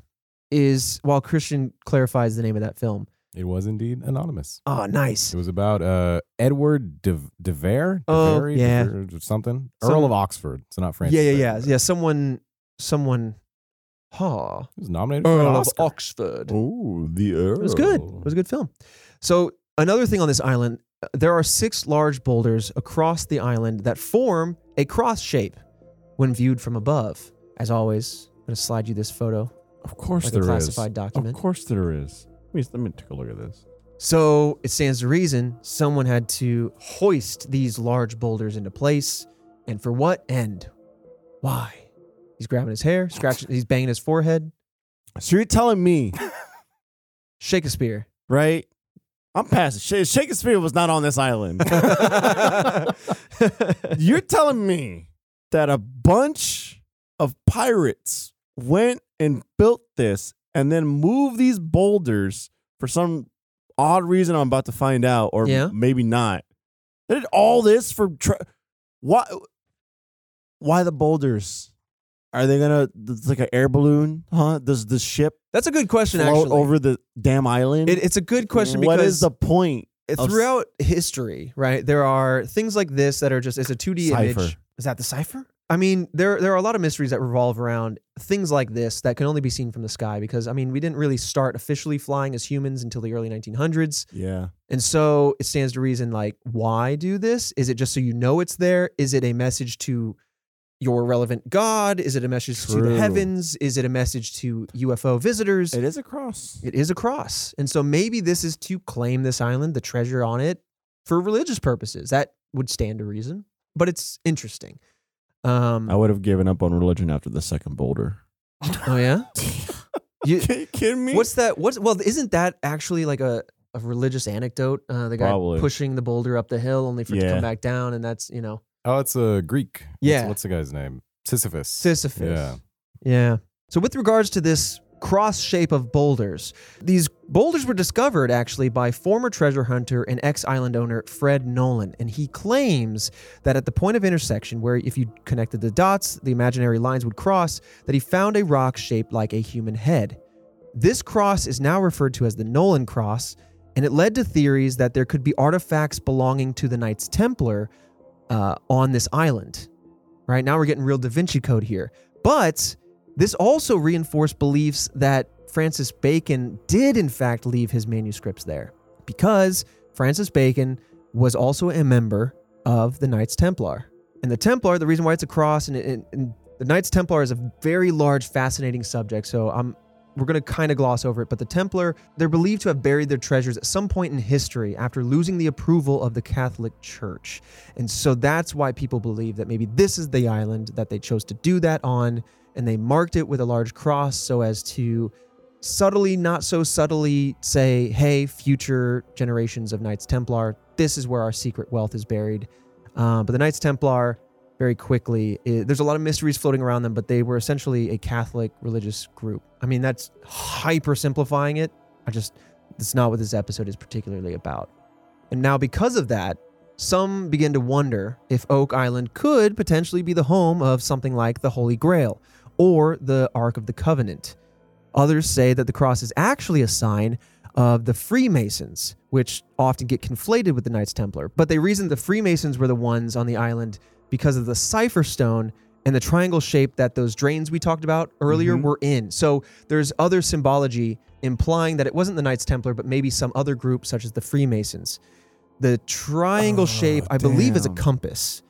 Speaker 2: is while Christian clarifies the name of that film.
Speaker 4: It was indeed anonymous.
Speaker 2: Oh, nice.
Speaker 4: It was about uh, Edward De Devere,
Speaker 2: Oh,
Speaker 4: Devere,
Speaker 2: yeah.
Speaker 4: Devere or something,
Speaker 2: Some-
Speaker 4: Earl of Oxford. So not Francis.
Speaker 2: yeah, yeah, yeah,
Speaker 4: Bacon, but
Speaker 2: yeah. Someone, someone. Huh.
Speaker 4: He was nominated for an
Speaker 2: Earl of
Speaker 4: Oscar.
Speaker 2: Oxford.
Speaker 3: Oh, the Earl.
Speaker 2: It was good. It was a good film. So another thing on this island, uh, there are six large boulders across the island that form a cross shape when viewed from above. As always, I'm gonna slide you this photo.
Speaker 3: Of course
Speaker 2: Like a
Speaker 3: there is.
Speaker 2: classified document.
Speaker 3: Of course there is. Let me, let me take a look at this.
Speaker 2: So it stands to reason someone had to hoist these large boulders into place, and for what end? Why? He's grabbing his hair, scratching, he's banging his forehead.
Speaker 3: So you're telling me,
Speaker 2: Shake a spear.
Speaker 3: right? I'm past it. Sha- Shakespeare was not on this island. you're telling me that a bunch of pirates went and built this and then moved these boulders for some odd reason I'm about to find out, or
Speaker 2: Yeah.
Speaker 3: maybe not. They did all this for tra- why? Why the boulders? Are they gonna? It's like an air balloon, huh? Does the ship
Speaker 2: That's a good question,
Speaker 3: float
Speaker 2: actually.
Speaker 3: over the damn island?
Speaker 2: It- it's a good question
Speaker 3: What
Speaker 2: because
Speaker 3: is the point?
Speaker 2: it-
Speaker 3: of-
Speaker 2: throughout history, right, there are things like this that are just it's a 2D image.
Speaker 3: Cipher.
Speaker 2: Is that the cipher? I mean, there there are a lot of mysteries that revolve around things like this that can only be seen from the sky because I mean, we didn't really start officially flying as humans until the early 1900s.
Speaker 3: Yeah,
Speaker 2: And so it stands to reason like why do this? Is it just so you know it's there? Is it a message to your relevant god? Is it a message to the
Speaker 3: True.
Speaker 2: heavens? Is it a message to UFO visitors?
Speaker 3: it is a cross.
Speaker 2: It is a cross. And so maybe this is to claim this island, the treasure on it, for religious purposes. That would stand to reason, but it's interesting. Um,
Speaker 3: I would have given up on religion after the second boulder.
Speaker 2: oh, yeah? You,
Speaker 3: you kidding me?
Speaker 2: what's that? What's, well, isn't that actually like a, a religious anecdote? Uh, the guy
Speaker 3: Probably.
Speaker 2: pushing the boulder up the hill only for it to
Speaker 3: Yeah.
Speaker 2: come back down. And that's, you know,
Speaker 4: Oh, it's a Greek. What's-
Speaker 2: Yeah.
Speaker 4: What's, the guy's name? Sisyphus.
Speaker 2: Sisyphus.
Speaker 4: Yeah.
Speaker 2: Yeah. So with regards to this cross shape of boulders, these boulders were discovered actually by former treasure hunter and ex-island owner Fred Nolan, and he claims that at the point of intersection where if you connected the dots, the imaginary lines would cross, that he found a rock shaped like a human head. This cross is now referred to as the Nolan cross, and it led to theories that there could be artifacts belonging to the Knights Templar uh, on this island. Right now, we're getting real Da Vinci Code here. But this also reinforced beliefs that Francis Bacon did, in fact, leave his manuscripts there because Francis Bacon was also a member of the Knights Templar. And the Templar, the reason why it's a cross, and, and, and the Knights Templar is a very large, fascinating subject. So I'm we're going to kind of gloss over it, but the Templar, they're believed to have buried their treasures at some point in history after losing the approval of the Catholic Church. And so that's why people believe that maybe this is the island that they chose to do that on. And they marked it with a large cross so as to subtly, not so subtly, say, hey, future generations of Knights Templar, this is where our secret wealth is buried. Uh, but the Knights Templar, very quickly. It, there's a lot of mysteries floating around them, but they were essentially a Catholic religious group. I mean, that's hyper simplifying it. I just, that's not what this episode is particularly about. And now, because of that, some begin to wonder if Oak Island could potentially be the home of something like the Holy Grail or the Ark of the Covenant. Others say that the cross is actually a sign of the Freemasons, which often get conflated with the Knights Templar. But they reason the Freemasons were the ones on the island because of the cipher stone and the triangle shape that those drains we talked about earlier
Speaker 3: Mhm.
Speaker 2: were in. So there's other symbology implying that it wasn't the Knights Templar, but maybe some other group such as the Freemasons. The triangle
Speaker 3: Oh,
Speaker 2: shape, I believe, is a
Speaker 3: damn.
Speaker 2: compass.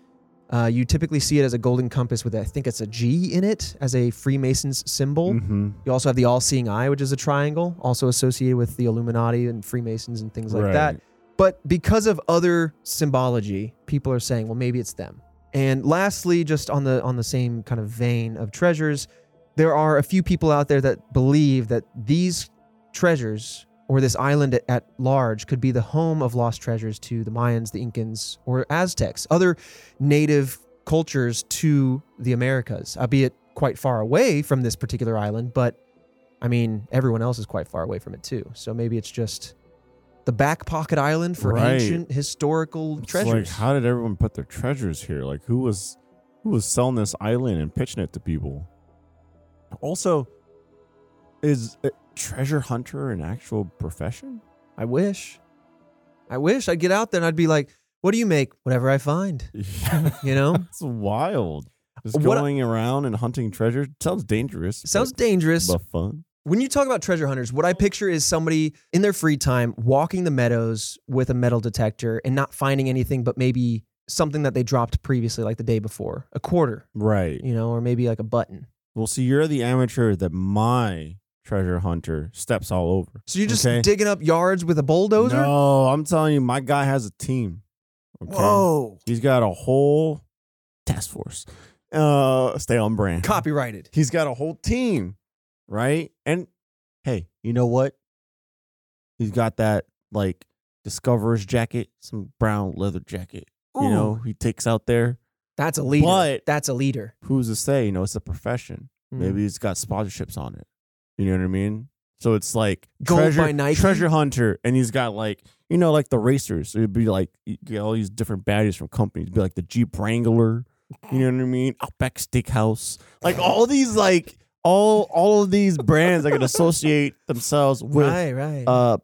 Speaker 2: Uh, you typically see it as a golden compass with, I think it's a G in it, as a Freemason's symbol.
Speaker 3: Mm-hmm.
Speaker 2: You also have the all seeing eye, which is a triangle, also associated with the Illuminati and Freemasons and things like that. But because of other symbology, people are saying, well, maybe it's them. And lastly, just on the on the same kind of vein of treasures, there are a few people out there that believe that these treasures or this island at, at large could be the home of lost treasures to the Mayans, the Incans, or Aztecs, other native cultures to the Americas, albeit quite far away from this particular island, but I mean, everyone else is quite far away from it too. So maybe it's just the back pocket island for
Speaker 3: Right.
Speaker 2: ancient historical
Speaker 3: It's
Speaker 2: treasures.
Speaker 3: Like, how did everyone put their treasures here? Like, who was who was selling this island and pitching it to people? Also, Is a treasure hunter an actual profession?
Speaker 2: I wish. I wish I'd get out there and I'd be like, what do you make? Whatever I find, you know?
Speaker 3: It's wild. Just
Speaker 2: What I-
Speaker 3: going around and hunting treasure sounds dangerous.
Speaker 2: Sounds
Speaker 3: but-
Speaker 2: dangerous.
Speaker 3: but fun.
Speaker 2: When you talk about treasure hunters, what I picture is somebody in their free time walking the meadows with a metal detector and not finding anything but maybe something that they dropped previously, like the day before, a quarter,
Speaker 3: Right.
Speaker 2: you know, or maybe like a button.
Speaker 3: Well, see, you're the amateur that my treasure hunter steps all over.
Speaker 2: So you're just
Speaker 3: Okay.
Speaker 2: digging up yards with a bulldozer?
Speaker 3: No, I'm telling you, my guy has a team. Okay?
Speaker 2: Whoa.
Speaker 3: He's got a whole task force. Uh, stay on brand.
Speaker 2: Copyrighted.
Speaker 3: He's got a whole team, right? And hey, you know what? He's got that like discoverer's jacket, some brown leather jacket. You know, he takes out there.
Speaker 2: That's a leader.
Speaker 3: But-
Speaker 2: That's a leader. Mm.
Speaker 3: Who's to say? You know, it's a profession.
Speaker 2: Hmm.
Speaker 3: Maybe it's got sponsorships on it. You know what I mean? So it's like
Speaker 2: Gold
Speaker 3: treasure,
Speaker 2: by Nike?
Speaker 3: treasure hunter, and he's got like you know like the racers. So it'd be like you get all these different badges from companies. It'd be like the Jeep Wrangler. You know what I mean? Outback Steakhouse. Like all these like all all of these brands that can associate themselves with
Speaker 2: right,
Speaker 3: uh,
Speaker 2: right.
Speaker 3: a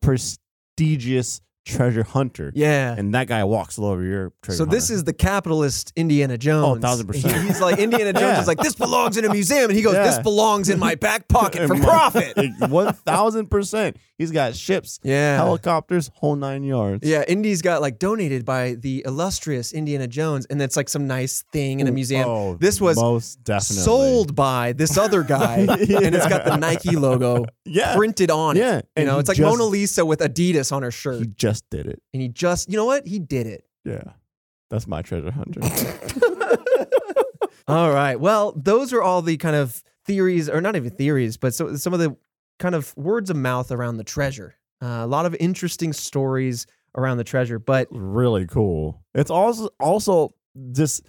Speaker 3: prestigious treasure hunter.
Speaker 2: yeah.
Speaker 3: And that guy walks all over your treasure.
Speaker 2: So this
Speaker 3: hunter.
Speaker 2: is the capitalist Indiana Jones.
Speaker 3: 1000%.
Speaker 2: He's like Indiana Jones
Speaker 3: Yeah.
Speaker 2: is like this belongs in a museum, and he goes,
Speaker 3: Yeah.
Speaker 2: "This belongs in my back pocket for profit."
Speaker 3: One thousand percent. He's got ships,
Speaker 2: Yeah.
Speaker 3: helicopters, whole nine yards.
Speaker 2: Yeah, Indy's got like donated by the illustrious Indiana Jones, and it's like some nice thing in a museum.
Speaker 3: Oh,
Speaker 2: This was
Speaker 3: most definitely
Speaker 2: Sold by this other guy, and it's got the Nike logo
Speaker 3: Yeah,
Speaker 2: printed on it.
Speaker 3: Yeah,
Speaker 2: You
Speaker 3: and
Speaker 2: know,
Speaker 3: he
Speaker 2: it's like
Speaker 3: just-
Speaker 2: Mona Lisa with Adidas on her shirt.
Speaker 3: he just did it.
Speaker 2: and he just, you know what? He did it.
Speaker 3: Yeah, that's my treasure hunter.
Speaker 2: All right. Well, those are all the kind of theories, or not even theories, but so, some of the kind of words of mouth around the treasure. Uh, a lot of interesting stories around the treasure, but
Speaker 3: really cool. It's also also just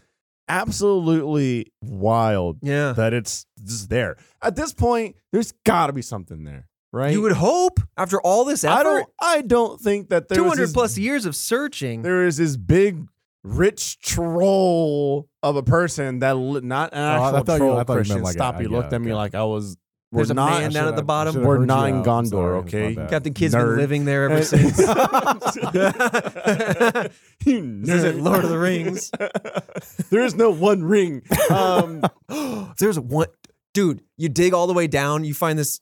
Speaker 3: absolutely wild
Speaker 2: yeah,
Speaker 3: that it's just there. At this point, there's got to be something there, right?
Speaker 2: you would hope after all this effort,
Speaker 3: I don't. I don't think that there's
Speaker 2: two hundred plus years of searching.
Speaker 3: there is this big rich troll of a person that li- not
Speaker 2: Oh,
Speaker 3: an
Speaker 4: I- I
Speaker 3: actual
Speaker 4: thought you-
Speaker 3: troll
Speaker 4: I thought you meant
Speaker 3: Christian.
Speaker 4: like a-
Speaker 3: Stop! you
Speaker 4: yeah,
Speaker 3: looked at me
Speaker 4: okay.
Speaker 3: like I was. We're
Speaker 2: There's a
Speaker 3: not.
Speaker 2: man down at the bottom.
Speaker 3: We're not in Gondor, okay?
Speaker 2: Captain Kidd's
Speaker 3: Uh, Nerd.
Speaker 2: been living there ever since.
Speaker 3: you
Speaker 2: This isn't
Speaker 3: nerd.
Speaker 2: Lord of the Rings.
Speaker 3: there is no one ring. Um,
Speaker 2: There's one dude. You dig all the way down, you find this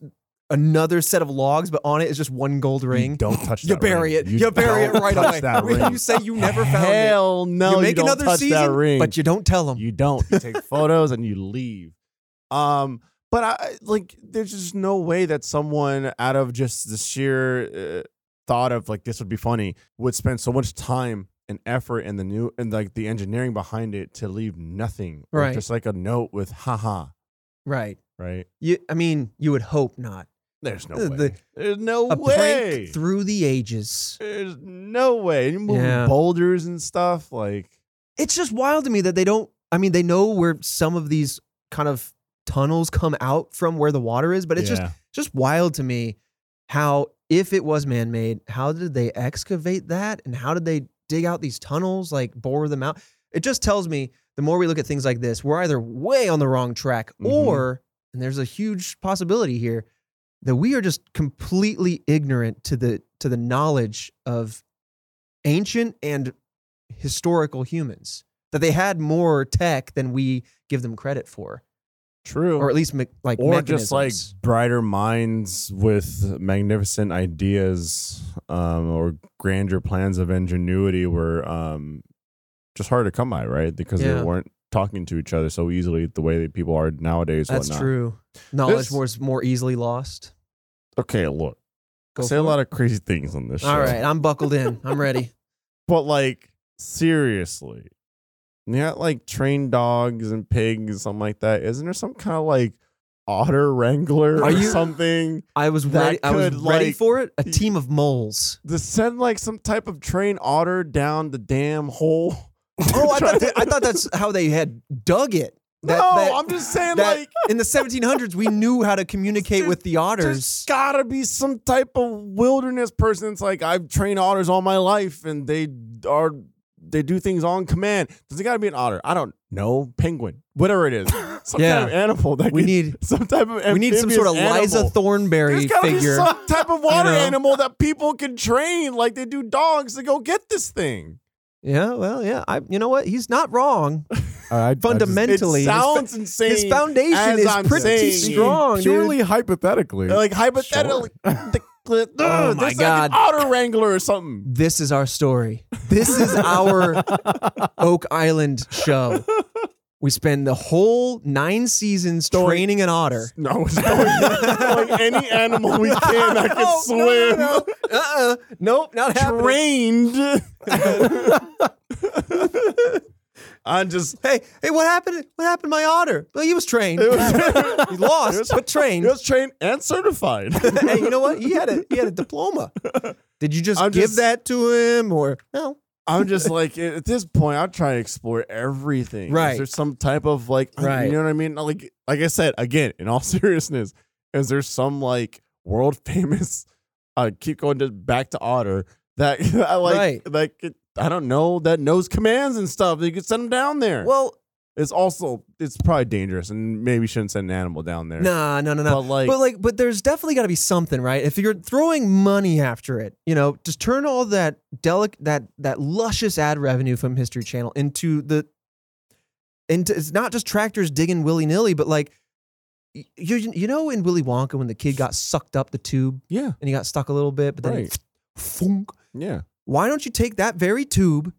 Speaker 2: another set of logs, but on it is just one gold ring.
Speaker 3: don't touch.
Speaker 2: You
Speaker 3: that
Speaker 2: bury
Speaker 3: ring.
Speaker 2: it. You, bury it
Speaker 3: don't
Speaker 2: right
Speaker 3: touch
Speaker 2: away.
Speaker 3: That
Speaker 2: When
Speaker 3: ring.
Speaker 2: You say you never found it.
Speaker 3: Hell no!
Speaker 2: you make
Speaker 3: don't
Speaker 2: another
Speaker 3: touch
Speaker 2: season,
Speaker 3: that ring.
Speaker 2: but you don't tell them.
Speaker 3: You don't. You take photos and you leave. Um, but I like. There's just no way that someone out of just the sheer uh, thought of like this would be funny would spend so much time and effort and the new and like the engineering behind it to leave nothing or
Speaker 2: Right.
Speaker 3: just like a note with haha
Speaker 2: right.
Speaker 3: right.
Speaker 2: You, I mean, you would hope not.
Speaker 3: There's no
Speaker 2: The-
Speaker 3: way.
Speaker 2: the-
Speaker 3: There's no
Speaker 2: A
Speaker 3: way.
Speaker 2: prank through the ages.
Speaker 3: There's no way. You move
Speaker 2: Yeah.
Speaker 3: boulders and stuff like.
Speaker 2: It's just wild to me that they don't. I mean, they know where some of these kind of tunnels come out from where the water is, but it's just just wild to me how if it was man-made, how did they excavate that and how did they dig out these tunnels, like bore them out? It just tells me the more we look at things like this, we're either way on the wrong track
Speaker 3: Mhm.
Speaker 2: or and there's a huge possibility here that we are just completely ignorant to the to the knowledge of ancient and historical humans that they had more tech than we give them credit for
Speaker 3: true.
Speaker 2: or at least me- like
Speaker 3: or just like
Speaker 2: mechanisms.
Speaker 3: brighter minds with magnificent ideas um, or grander plans of ingenuity were um, just hard to come by, right? Because
Speaker 2: Yeah.
Speaker 3: they weren't talking to each other so easily the way that people are nowadays.
Speaker 2: That's
Speaker 3: whatnot.
Speaker 2: true. Knowledge
Speaker 3: This-
Speaker 2: was more easily lost.
Speaker 3: Okay, look, I
Speaker 2: Go
Speaker 3: say
Speaker 2: for
Speaker 3: a
Speaker 2: it.
Speaker 3: lot of crazy things on this show.
Speaker 2: All right, I'm buckled in. I'm ready.
Speaker 3: but like seriously, yeah, like trained dogs and pigs and something like that. Isn't there some kind of like otter wrangler
Speaker 2: Are
Speaker 3: or
Speaker 2: you-
Speaker 3: something?
Speaker 2: I was
Speaker 3: That
Speaker 2: ready. I was
Speaker 3: could,
Speaker 2: ready
Speaker 3: like,
Speaker 2: for it. A team of moles.
Speaker 3: to send like some type of train otter down the damn hole.
Speaker 2: Oh, I thought, that, I thought that's how they had dug it. That-
Speaker 3: no,
Speaker 2: that-
Speaker 3: I'm just saying
Speaker 2: that
Speaker 3: like
Speaker 2: in the 1700s, we knew how to communicate
Speaker 3: Dude,
Speaker 2: with the
Speaker 3: there's
Speaker 2: otters.
Speaker 3: gotta be some type of wilderness person. It's like I've trained otters all my life, and they are they do things on command. Does it gotta be an otter? I don't no penguin, whatever it is, some
Speaker 2: Yeah.
Speaker 3: kind of animal that
Speaker 2: We
Speaker 3: can-
Speaker 2: need-
Speaker 3: some type of
Speaker 2: we need some sort of
Speaker 3: amphibious
Speaker 2: Liza
Speaker 3: animal.
Speaker 2: Thornberry
Speaker 3: There's gotta be
Speaker 2: figure.
Speaker 3: some type of water
Speaker 2: know?
Speaker 3: animal that people can train like they do dogs to go get this thing.
Speaker 2: Yeah, well, yeah. I, you know what? He's not wrong.
Speaker 4: I- I- I just-
Speaker 3: It
Speaker 2: Fundamentally, his-
Speaker 3: sounds insane.
Speaker 2: his foundation
Speaker 3: as
Speaker 2: is
Speaker 3: I'm
Speaker 2: pretty
Speaker 3: saying.
Speaker 2: strong.
Speaker 4: purely hypothetically.
Speaker 3: Like hypothetically, the, the,
Speaker 2: Oh
Speaker 3: there's
Speaker 2: my
Speaker 3: like
Speaker 2: God.
Speaker 3: an otter wrangler or something.
Speaker 2: This is our story. This is our Oak Island show. We spend the whole nine seasons
Speaker 3: Don't-
Speaker 2: training an otter.
Speaker 3: No, it's going, like any animal we can that can
Speaker 2: Oh, No, no, no,
Speaker 3: swim.
Speaker 2: no. Uh-uh. Nope, not happening.
Speaker 3: Trained. I'm just.
Speaker 2: Hey, hey, what happened? What happened to my otter? Well, he was trained.
Speaker 3: It was,
Speaker 2: he lost,
Speaker 3: It was-
Speaker 2: but
Speaker 3: it
Speaker 2: trained.
Speaker 3: was trained and certified.
Speaker 2: hey, you know what? He had a he had a diploma. Did you just
Speaker 3: I'm
Speaker 2: give
Speaker 3: just-
Speaker 2: that to him or no?
Speaker 3: I'm just like at this point. I'm trying to explore everything.
Speaker 2: Right.
Speaker 3: Is there some type of like,
Speaker 2: Right.
Speaker 3: you know what I mean? Like, like I said again, in all seriousness, is there some like world famous? I keep going to back to Otter that I like,
Speaker 2: Right.
Speaker 3: like I don't know that knows commands and stuff. You could send them down there.
Speaker 2: Well,
Speaker 3: it's also it's probably dangerous and maybe you shouldn't send an animal down there.
Speaker 2: nah, no, no, no.
Speaker 3: but like,
Speaker 2: but like, but there's definitely got to be something, right? If you're throwing money after it, you know, just turn all that delic that that luscious ad revenue from History Channel into the into it's not just tractors digging willy nilly, but like y- you you know in Willy Wonka when the kid got sucked up the tube
Speaker 3: yeah,
Speaker 2: and he got stuck a little bit, but then he-
Speaker 3: Right.
Speaker 2: funk.
Speaker 3: yeah,
Speaker 2: Why don't you take that very tube,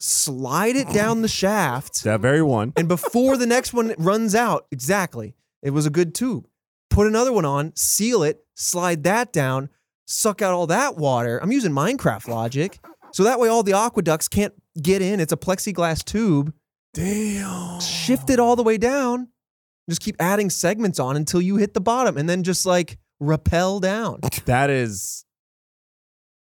Speaker 2: slide it down the shaft?
Speaker 3: that very one.
Speaker 2: and before the next one runs out, exactly, it was a good tube. Put another one on, seal it, slide that down, suck out all that water. I'm using Minecraft logic. So that way all the aqueducts can't get in. It's a plexiglass tube.
Speaker 3: Damn.
Speaker 2: Shift it all the way down. Just keep adding segments on until you hit the bottom and then just like rappel down.
Speaker 3: That is.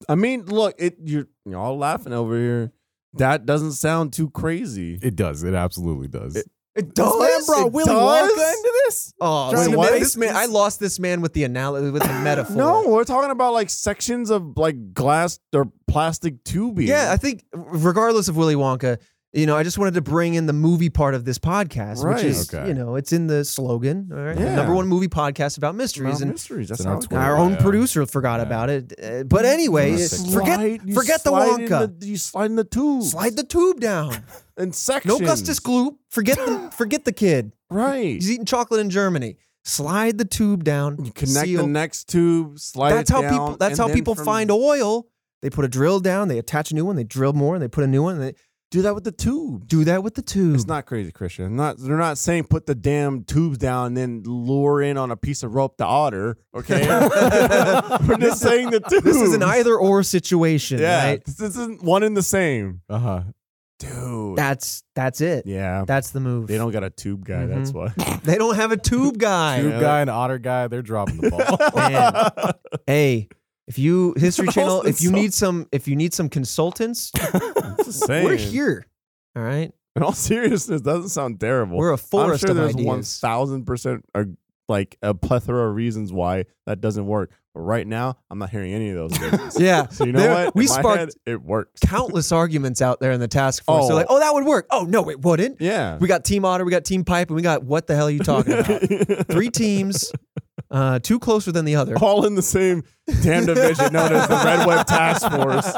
Speaker 3: I mean, look, it you're, you're all laughing over here. That doesn't sound too crazy.
Speaker 4: it does. It absolutely does.
Speaker 3: It-
Speaker 2: It
Speaker 3: man
Speaker 2: does.
Speaker 3: brought
Speaker 2: It
Speaker 3: Willy
Speaker 2: does?
Speaker 3: Wonka into
Speaker 4: this?
Speaker 2: Oh,
Speaker 3: Trying
Speaker 2: see,
Speaker 3: to make
Speaker 2: this man, I lost this man with the analogy, with the metaphor.
Speaker 3: No, we're talking about like sections of like glass or plastic tubing.
Speaker 2: Yeah, I think regardless of Willy Wonka, you know, I just wanted to bring in the movie part of this podcast, which
Speaker 3: Right.
Speaker 2: is
Speaker 4: Okay.
Speaker 2: you know, it's in the slogan. All right,
Speaker 3: Yeah.
Speaker 2: number one movie podcast about
Speaker 3: About
Speaker 2: mysteries, and
Speaker 3: mysteries. That's
Speaker 4: It's in
Speaker 3: how
Speaker 4: our
Speaker 3: it
Speaker 4: Twitter.
Speaker 2: our
Speaker 3: goes.
Speaker 2: own
Speaker 4: Yeah.
Speaker 2: producer forgot
Speaker 4: Yeah.
Speaker 2: about it. Uh, but anyway,
Speaker 4: You
Speaker 2: it-
Speaker 4: slide-
Speaker 2: forget
Speaker 3: you
Speaker 2: forget the
Speaker 3: slide in
Speaker 2: Wonka.
Speaker 3: the- you slide in the tube.
Speaker 2: Slide the tube down.
Speaker 3: in
Speaker 2: No
Speaker 3: sections.
Speaker 2: Gustus Gloop. Forget the forget the kid.
Speaker 3: Right.
Speaker 2: He's eating chocolate in Germany. Slide the tube down.
Speaker 3: You connect
Speaker 2: seal.
Speaker 3: the next tube. Slide.
Speaker 2: That's
Speaker 3: it
Speaker 2: how
Speaker 3: down,
Speaker 2: people. That's
Speaker 3: and
Speaker 2: how
Speaker 3: then
Speaker 2: people
Speaker 3: from-
Speaker 2: find oil. They put a drill down. They attach a new one. They drill more, and they put a new one. And they
Speaker 3: Do that with the tube.
Speaker 2: do that with the tube.
Speaker 4: Hmm.
Speaker 3: It's not crazy, Christian. Not they're not saying put the damn tubes down and then lure in on a piece of rope the otter. Okay, we're just saying the tubes.
Speaker 2: This is an either or situation,
Speaker 3: Yeah,
Speaker 2: right?
Speaker 3: this isn't one and the same,
Speaker 4: Uh huh.
Speaker 3: dude.
Speaker 2: That's that's it.
Speaker 3: yeah,
Speaker 2: That's the move.
Speaker 3: they don't got a tube guy. That's why.
Speaker 2: They don't have a tube guy.
Speaker 4: Tube guy and otter guy, they're dropping the ball.
Speaker 2: Man. Hey, if you History Channel,
Speaker 3: Charles
Speaker 2: if you
Speaker 3: Manson.
Speaker 2: need some if you need some consultants,
Speaker 3: Just saying.
Speaker 2: we're here. All right.
Speaker 3: In all seriousness, doesn't sound terrible.
Speaker 2: We're a
Speaker 3: I'm
Speaker 2: forest
Speaker 3: sure
Speaker 2: of
Speaker 3: there's
Speaker 2: ideas.
Speaker 3: one thousand percent like a plethora of reasons why that doesn't work. But right now, I'm not hearing any of those. Reasons.
Speaker 2: Yeah.
Speaker 3: So you know
Speaker 2: There-
Speaker 3: what? In
Speaker 2: We
Speaker 3: my
Speaker 2: sparked
Speaker 3: head, it works.
Speaker 2: countless arguments out there in the task force. They're
Speaker 3: Oh.
Speaker 2: like, oh, that would work. Oh no, it wouldn't.
Speaker 3: Yeah.
Speaker 2: We got Team Otter, we got Team Pipe, and we got what the hell are you talking about? Three teams, uh, two closer than the other.
Speaker 3: all in the same damn division known as the Red Web Task Force.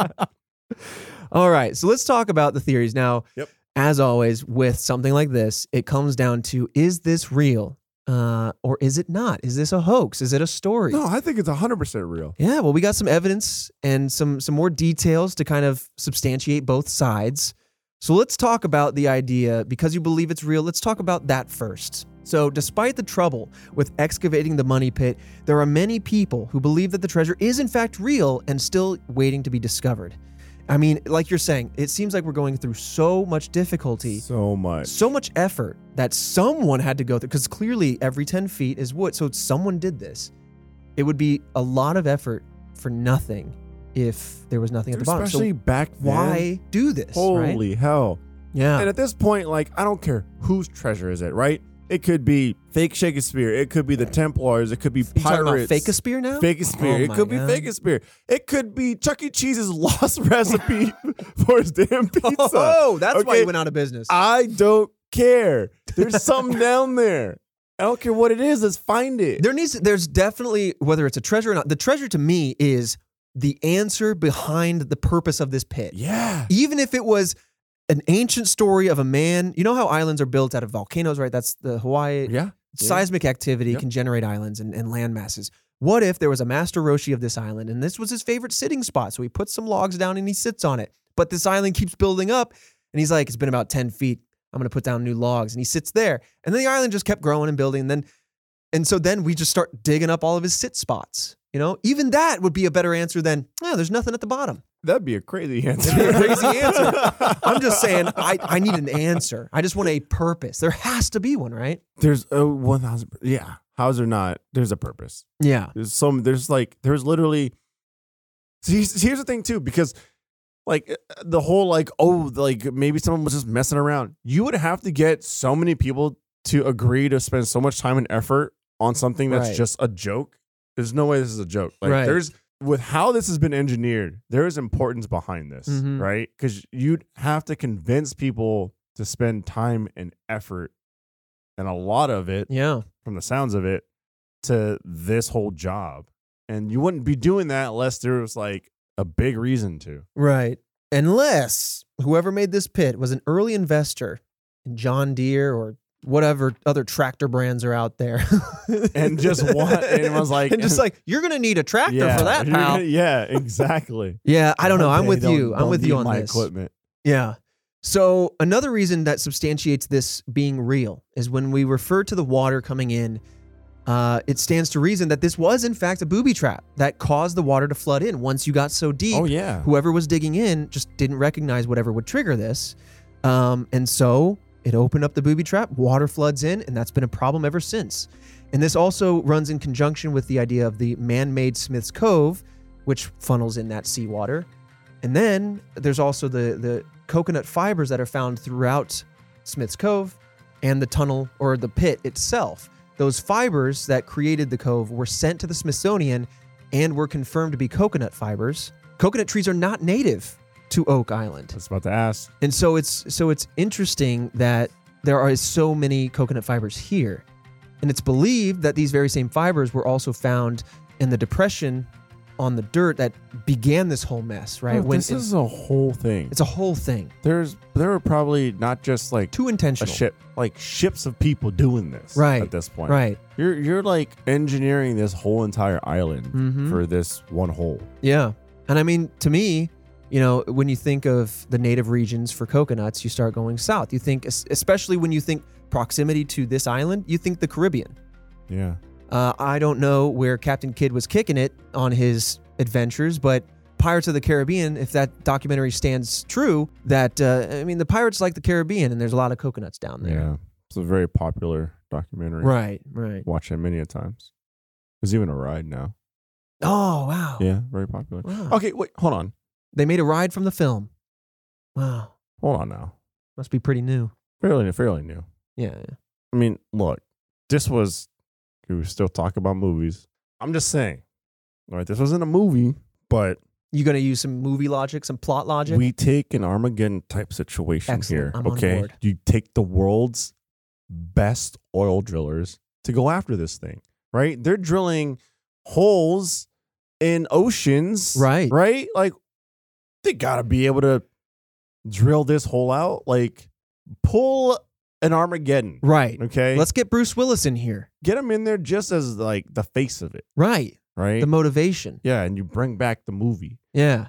Speaker 2: All right, so let's talk about the theories now.
Speaker 3: Yep.
Speaker 2: As always, with something like this, it comes down to is this real uh, or is it not? Is this a hoax? Is it a story?
Speaker 3: No, I think it's 100% real.
Speaker 2: Yeah, well, we got some evidence and some some more details to kind of substantiate both sides. So let's talk about the idea because you believe it's real. Let's talk about that first. So, despite the trouble with excavating the money pit, there are many people who believe that the treasure is in fact real and still waiting to be discovered. I mean, like you're saying, it seems like we're going through so much difficulty
Speaker 3: So much.
Speaker 2: so much effort that someone had to go through because clearly every 10 feet is wood so someone did this it would be a lot of effort for nothing if there was nothing at the bottom
Speaker 3: Especially
Speaker 2: so
Speaker 3: back then.
Speaker 2: why do this right?
Speaker 3: Holy hell.
Speaker 2: yeah
Speaker 3: And at this point, like, I don't care whose treasure is it, right? It could be fake Shakespeare. It could be the Templars. It could be
Speaker 2: You talking about
Speaker 3: pirates.
Speaker 2: fake a spear now?
Speaker 3: Fake spear.
Speaker 2: Oh
Speaker 3: it
Speaker 2: my
Speaker 3: could
Speaker 2: God.
Speaker 3: be fake spear. It could be Chuck E. Cheese's lost recipe for his damn pizza.
Speaker 2: Oh, that's why
Speaker 3: Okay.
Speaker 2: he went out of business.
Speaker 3: I don't care. There's something down there. I don't care what it is. Let's find it.
Speaker 2: there needs there's definitely whether it's a treasure or not. The treasure to me is the answer behind the purpose of this pit.
Speaker 3: yeah.
Speaker 2: Even if it was an ancient story of a man, you know how islands are built out of volcanoes, right? That's the Hawaii
Speaker 3: Yeah.
Speaker 2: seismic activity
Speaker 3: Yep.
Speaker 2: can generate islands and, and land masses. What if there was a master Roshi of this island and this was his favorite sitting spot? So he puts some logs down and he sits on it. But this island keeps building up and he's like, it's been about 10 feet. I'm going to put down new logs. And he sits there. And then the island just kept growing and building. And then, and so then we just start digging up all of his sit spots. You know, even that would be a better answer than, oh, there's nothing at the bottom.
Speaker 3: That'd be a crazy answer.
Speaker 2: That'd be a crazy answer. I'm just saying, I, I need an answer. I just want a purpose. There has to be one, right?
Speaker 3: There's a one thousand. Yeah. How's there not? There's a purpose.
Speaker 2: Yeah.
Speaker 3: There's some. There's like. There's literally. See, Here's, here's the thing too, because like uh, the whole like oh like maybe someone was just messing around. You would have to get so many people to agree to spend so much time and effort on something that's
Speaker 2: Right.
Speaker 3: just a joke. There's no way this is a joke. Like
Speaker 2: Right.
Speaker 3: there's with how this has been engineered, there is importance behind this,
Speaker 2: Mhm.
Speaker 3: right? Because you'd have to convince people to spend time and effort, and a lot of it
Speaker 2: Yeah.
Speaker 3: from the sounds of it, to this whole job. And you wouldn't be doing that unless there was like a big reason to.
Speaker 2: Right. Unless whoever made this pit was an early investor in John Deere or whatever other tractor brands are out there.
Speaker 3: And just want- and was like-
Speaker 2: and just like, you're going to need a tractor for that,
Speaker 3: you're
Speaker 2: pal.
Speaker 3: gonna- yeah, exactly.
Speaker 2: yeah, I don't know. I'm
Speaker 3: They
Speaker 2: with
Speaker 3: don't-
Speaker 2: you. I'm
Speaker 3: don't
Speaker 2: with you
Speaker 3: need
Speaker 2: on
Speaker 3: my
Speaker 2: this.
Speaker 3: equipment.
Speaker 2: Yeah. So another reason that substantiates this being real is when we refer to the water coming in, uh, it stands to reason that this was in fact a booby trap that caused the water to flood in once you got so deep.
Speaker 3: Oh yeah.
Speaker 2: whoever was digging in just didn't recognize whatever would trigger this. Um, and so it opened up the booby trap, water floods in, and that's been a problem ever since. And this also runs in conjunction with the idea of the man made Smith's Cove, which funnels in that seawater. And then there's also the, the coconut fibers that are found throughout Smith's Cove and the tunnel or the pit itself. Those fibers that created the cove were sent to the Smithsonian and were confirmed to be coconut fibers. Coconut trees are not native to Oak Island.
Speaker 3: I was about to ask.
Speaker 2: And so it's so it's interesting that there are so many coconut fibers here. And it's believed that these very same fibers were also found in the depression on the dirt that began this whole mess, right?
Speaker 3: Dude, Oh, this
Speaker 2: it-
Speaker 3: is a whole thing.
Speaker 2: it's a whole thing.
Speaker 3: There's there were probably not just like
Speaker 2: Too
Speaker 3: a
Speaker 2: intentional.
Speaker 3: ship like ships of people doing this
Speaker 2: Right.
Speaker 3: at this point.
Speaker 2: Right.
Speaker 3: You're you're like engineering this whole entire island
Speaker 2: Mhm.
Speaker 3: for this one hole.
Speaker 2: Yeah. And I mean, to me, you know, when you think of the native regions for coconuts, you start going south. You think, es- especially when you think proximity to this island, you think the Caribbean.
Speaker 3: Yeah.
Speaker 2: Uh, I don't know where Captain Kidd was kicking it on his adventures, but Pirates of the Caribbean, if that documentary stands true, that, uh, I mean, the pirates like the Caribbean and there's a lot of coconuts down there.
Speaker 3: Yeah. It's a very popular documentary.
Speaker 2: Right, right.
Speaker 3: Watched it many a times. There's even a ride now.
Speaker 2: Oh, wow.
Speaker 3: Yeah, very popular.
Speaker 2: Wow.
Speaker 3: Okay, wait, hold on.
Speaker 2: They made a ride from the film. Wow.
Speaker 3: Hold on now.
Speaker 2: Must be pretty new.
Speaker 3: Fairly fairly new.
Speaker 2: Yeah. yeah.
Speaker 3: I mean, look, this was we still talk about movies. I'm just saying. All right, this wasn't a movie, but
Speaker 2: You going to use some movie logic, some plot logic?
Speaker 3: we take an Armageddon type situation
Speaker 2: Excellent.
Speaker 3: here.
Speaker 2: I'm on
Speaker 3: okay.
Speaker 2: board.
Speaker 3: You take the world's best oil drillers to go after this thing, right? They're drilling holes in oceans.
Speaker 2: Right.
Speaker 3: Right? Like they gotta be able to drill this hole out. Like pull an Armageddon.
Speaker 2: right.
Speaker 3: Okay.
Speaker 2: Let's get Bruce Willis in here.
Speaker 3: get them in there just as like the face of it,
Speaker 2: Right.
Speaker 3: right?
Speaker 2: The motivation.
Speaker 3: yeah, and you bring back the movie.
Speaker 2: Yeah.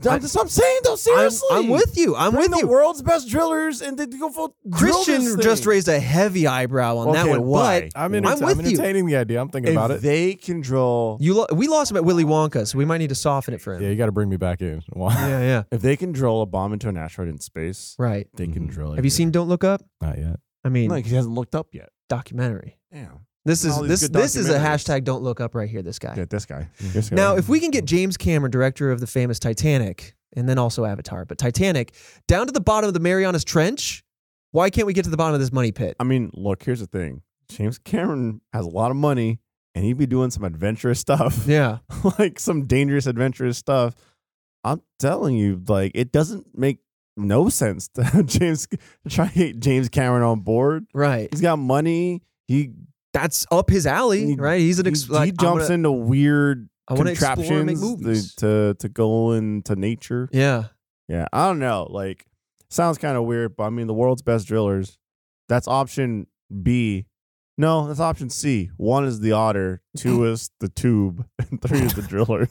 Speaker 2: I-
Speaker 3: That's what I'm saying, though.
Speaker 2: I'm,
Speaker 3: Seriously,
Speaker 2: I'm with you. I'm
Speaker 3: Bring
Speaker 2: with you.
Speaker 3: the world's best drillers, and they go for
Speaker 2: Christian just raised a heavy eyebrow on that
Speaker 3: Okay,
Speaker 2: one.
Speaker 3: why?
Speaker 4: I'm,
Speaker 2: I'm
Speaker 4: enter- I'm
Speaker 2: with you.
Speaker 4: entertaining the idea. I'm
Speaker 3: If
Speaker 4: thinking about it.
Speaker 3: they can drill,
Speaker 2: But you lo- we lost him at Willy Wonka, so we might need to soften it for
Speaker 4: yeah,
Speaker 2: him.
Speaker 4: you got to bring me back in.
Speaker 2: Yeah,
Speaker 4: Why?
Speaker 2: yeah.
Speaker 3: if they can drill a bomb into an asteroid in space,
Speaker 2: Right.
Speaker 3: they can
Speaker 4: Mhm.
Speaker 3: drill. it.
Speaker 2: Mm-hmm. Have you seen Don't Look Up?
Speaker 4: Not yet.
Speaker 2: I mean,
Speaker 3: Like he hasn't looked up yet.
Speaker 2: documentary.
Speaker 3: Damn.
Speaker 2: This is
Speaker 3: All these
Speaker 2: this
Speaker 3: good
Speaker 2: this is a
Speaker 3: documentaries.
Speaker 2: hashtag Don't Look Up right here. This guy.
Speaker 3: Yeah, this guy. This guy.
Speaker 2: Now, if we can get James Cameron, director of the famous Titanic, and then also Avatar, but Titanic, down to the bottom of the Marianas Trench, Why can't we get to the bottom of this money pit?
Speaker 3: I mean, look, here's the thing. James Cameron has a lot of money and he'd be doing some adventurous stuff.
Speaker 2: Yeah.
Speaker 3: like some dangerous adventurous stuff. I'm telling you, like it doesn't make no sense to have James to try to get James Cameron on board.
Speaker 2: Right.
Speaker 3: He's got money. He
Speaker 2: That's up his alley,
Speaker 3: He-
Speaker 2: right? He's an ex-
Speaker 3: he,
Speaker 2: like,
Speaker 3: he
Speaker 2: I'm
Speaker 3: jumps
Speaker 2: gonna-
Speaker 3: into weird
Speaker 2: I want to explore and make movies.
Speaker 3: contraptions to, to to go into nature.
Speaker 2: yeah.
Speaker 3: Yeah, I don't know. Like, sounds kind of weird, but I mean, the world's best drillers. That's option B. No, that's option C. One is the otter, two is the tube, and three is the drillers.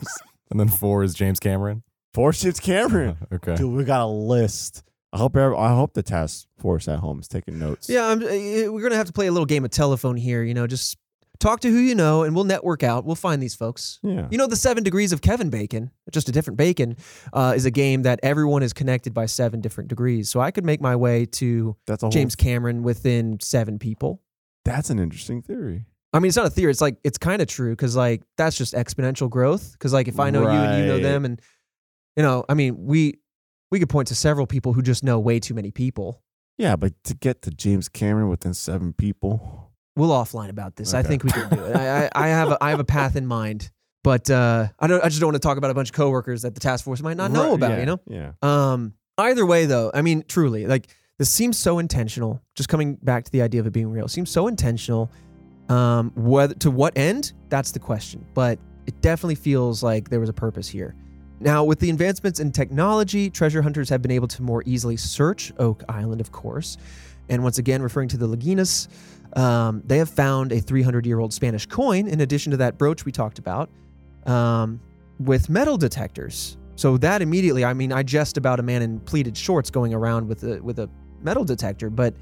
Speaker 4: And then four is James Cameron.
Speaker 3: Four shit's Cameron.
Speaker 4: okay.
Speaker 3: Dude, we got a list. I hope every, I hope the task force at home is taking notes.
Speaker 2: Yeah, I'm, uh, we're gonna have to play a little game of telephone here. You know, just talk to who you know, and we'll network out. We'll find these folks.
Speaker 3: yeah.
Speaker 2: You know, the Seven Degrees of Kevin Bacon, just a different Bacon, uh, is a game that everyone is connected by seven different degrees. So I could make my way to
Speaker 3: That's a whole,
Speaker 2: James Cameron within seven people.
Speaker 3: That's an interesting theory.
Speaker 2: I mean, it's not a theory. It's like it's kind of true because like that's just exponential growth. Because like if I know you and you know
Speaker 3: Right.
Speaker 2: them, and you know, I mean, we we could point to several people who just know way too many people.
Speaker 3: Yeah, but to get to James Cameron within seven people,
Speaker 2: We'll offline about this. I
Speaker 3: Okay.
Speaker 2: think we can do it. I, I, I have a, I have a path in mind, but uh, I don't. I just don't want to talk about a bunch of coworkers that the task force might not know
Speaker 3: Right,
Speaker 2: about.
Speaker 3: yeah,
Speaker 2: You know.
Speaker 3: Yeah.
Speaker 2: Um, either way, though, I mean, truly, like this seems so intentional. Just coming back to the idea of it being real, it seems so intentional. Um, whether to what end? That's the question. But it definitely feels like there was a purpose here. Now, with the advancements in technology, treasure hunters have been able to more easily search Oak Island, of course. And once again, referring to the Lagunas, um, they have found a 300 year old Spanish coin in addition to that brooch we talked about um, with metal detectors. So that immediately, I mean, I jest about a man in pleated shorts going around with a with a metal detector, but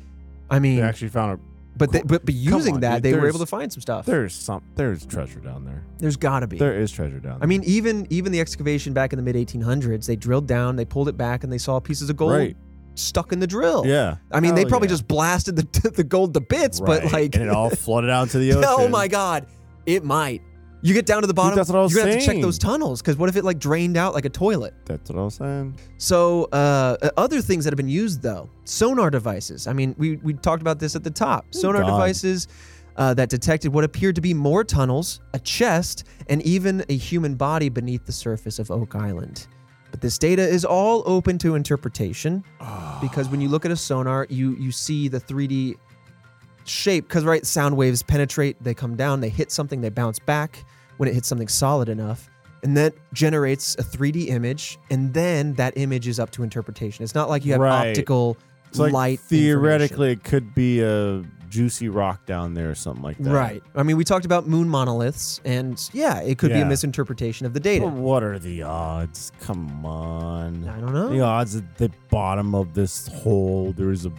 Speaker 2: I mean,
Speaker 3: They actually found
Speaker 2: but they, but, but using
Speaker 3: on,
Speaker 2: that,
Speaker 3: dude,
Speaker 2: they were
Speaker 3: there's-
Speaker 2: able to find some
Speaker 3: a
Speaker 2: stuff.
Speaker 3: there's some there's treasure down there.
Speaker 2: There's got to be.
Speaker 3: There is treasure down there.
Speaker 2: I mean, even even the excavation back in the mid 1800s, they drilled down, they pulled it back, and they saw pieces of gold
Speaker 3: right.
Speaker 2: stuck in the drill.
Speaker 3: Yeah.
Speaker 2: I mean, they
Speaker 3: Hell
Speaker 2: probably
Speaker 3: yeah.
Speaker 2: just blasted the the gold to bits, but
Speaker 3: Right.
Speaker 2: like,
Speaker 3: and it all flooded out into the ocean.
Speaker 2: oh my god, it might. You get down to the bottom.
Speaker 3: that's what I was
Speaker 2: you're gonna have to check
Speaker 3: saying.
Speaker 2: those tunnels because what if it like drained out like a toilet?
Speaker 3: That's what I'm saying.
Speaker 2: So, uh, other things that have been used though, sonar devices. I mean, we we talked about this at the top. sonar
Speaker 3: God.
Speaker 2: devices uh, that detected what appeared to be more tunnels, a chest, and even a human body beneath the surface of Oak Island. But this data is all open to interpretation because when you look at a sonar, you you see the 3D shape because right sound waves penetrate they come down they hit something they bounce back when it hits something solid enough and that generates a 3d image and then that image is up to interpretation it's not like you have
Speaker 3: Right.
Speaker 2: optical
Speaker 3: So like
Speaker 2: light
Speaker 3: theoretically it could be a juicy rock down there or something like that.
Speaker 2: information. right i mean we talked about moon monoliths and yeah it could be a
Speaker 3: Yeah.
Speaker 2: misinterpretation of the
Speaker 3: But
Speaker 2: data
Speaker 3: what are the odds? Come on.
Speaker 2: i don't know
Speaker 3: The odds at the bottom of this hole there is a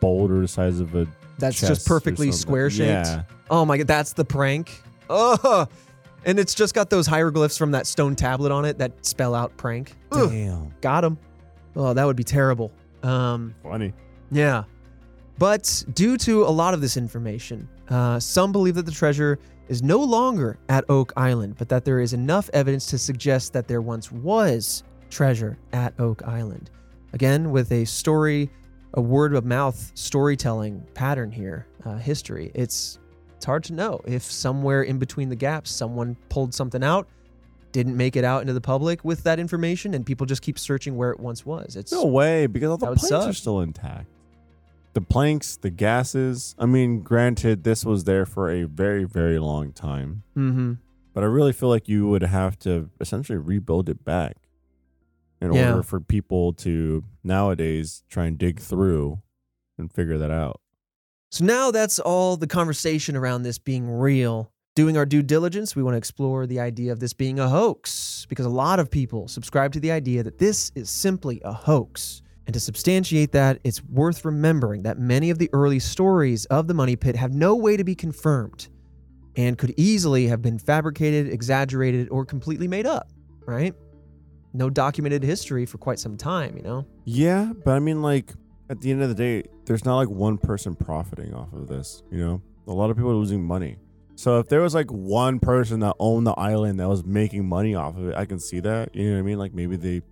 Speaker 3: boulder the size of a
Speaker 2: that's
Speaker 3: chest
Speaker 2: just
Speaker 3: or
Speaker 2: perfectly
Speaker 3: something.
Speaker 2: square shaped
Speaker 3: Yeah.
Speaker 2: oh my god that's the prank oh and it's just got those hieroglyphs from that stone tablet on it that spell out prank Ugh.
Speaker 3: Damn.
Speaker 2: Got him. Oh, that would be terrible. Um,
Speaker 3: Funny.
Speaker 2: yeah. But due to a lot of this information, uh, some believe that the treasure is no longer at Oak Island, but that there is enough evidence to suggest that there once was treasure at Oak Island. Again, with a story, a word of mouth storytelling pattern here, uh, history. It's it's hard to know if somewhere in between the gaps, someone pulled something out, didn't make it out into the public with that information, and people just keep searching where it once was. It's
Speaker 3: No way, because all
Speaker 2: That
Speaker 3: the
Speaker 2: would
Speaker 3: planks are
Speaker 2: suck.
Speaker 3: still intact. The planks, the gases. I mean, granted, this was there for a very, very long time.
Speaker 2: mm-hmm.
Speaker 3: But I really feel like you would have to essentially rebuild it back in
Speaker 2: Yeah.
Speaker 3: order for people to nowadays try and dig through and figure that out.
Speaker 2: So now that's all the conversation around this being real. Doing our due diligence, we want to explore the idea of this being a hoax because a lot of people subscribe to the idea that this is simply a hoax. And to substantiate that, it's worth remembering that many of the early stories of the money pit have no way to be confirmed and could easily have been fabricated, exaggerated, or completely made up, right? No documented history for quite some time, you know?
Speaker 3: Yeah, but I mean, like at the end of the day, there's not like one person profiting off of this. You know, a lot of people are losing money. So if there was like one person that owned the island that was making money off of it, I can see that. You know what I mean? Like maybe they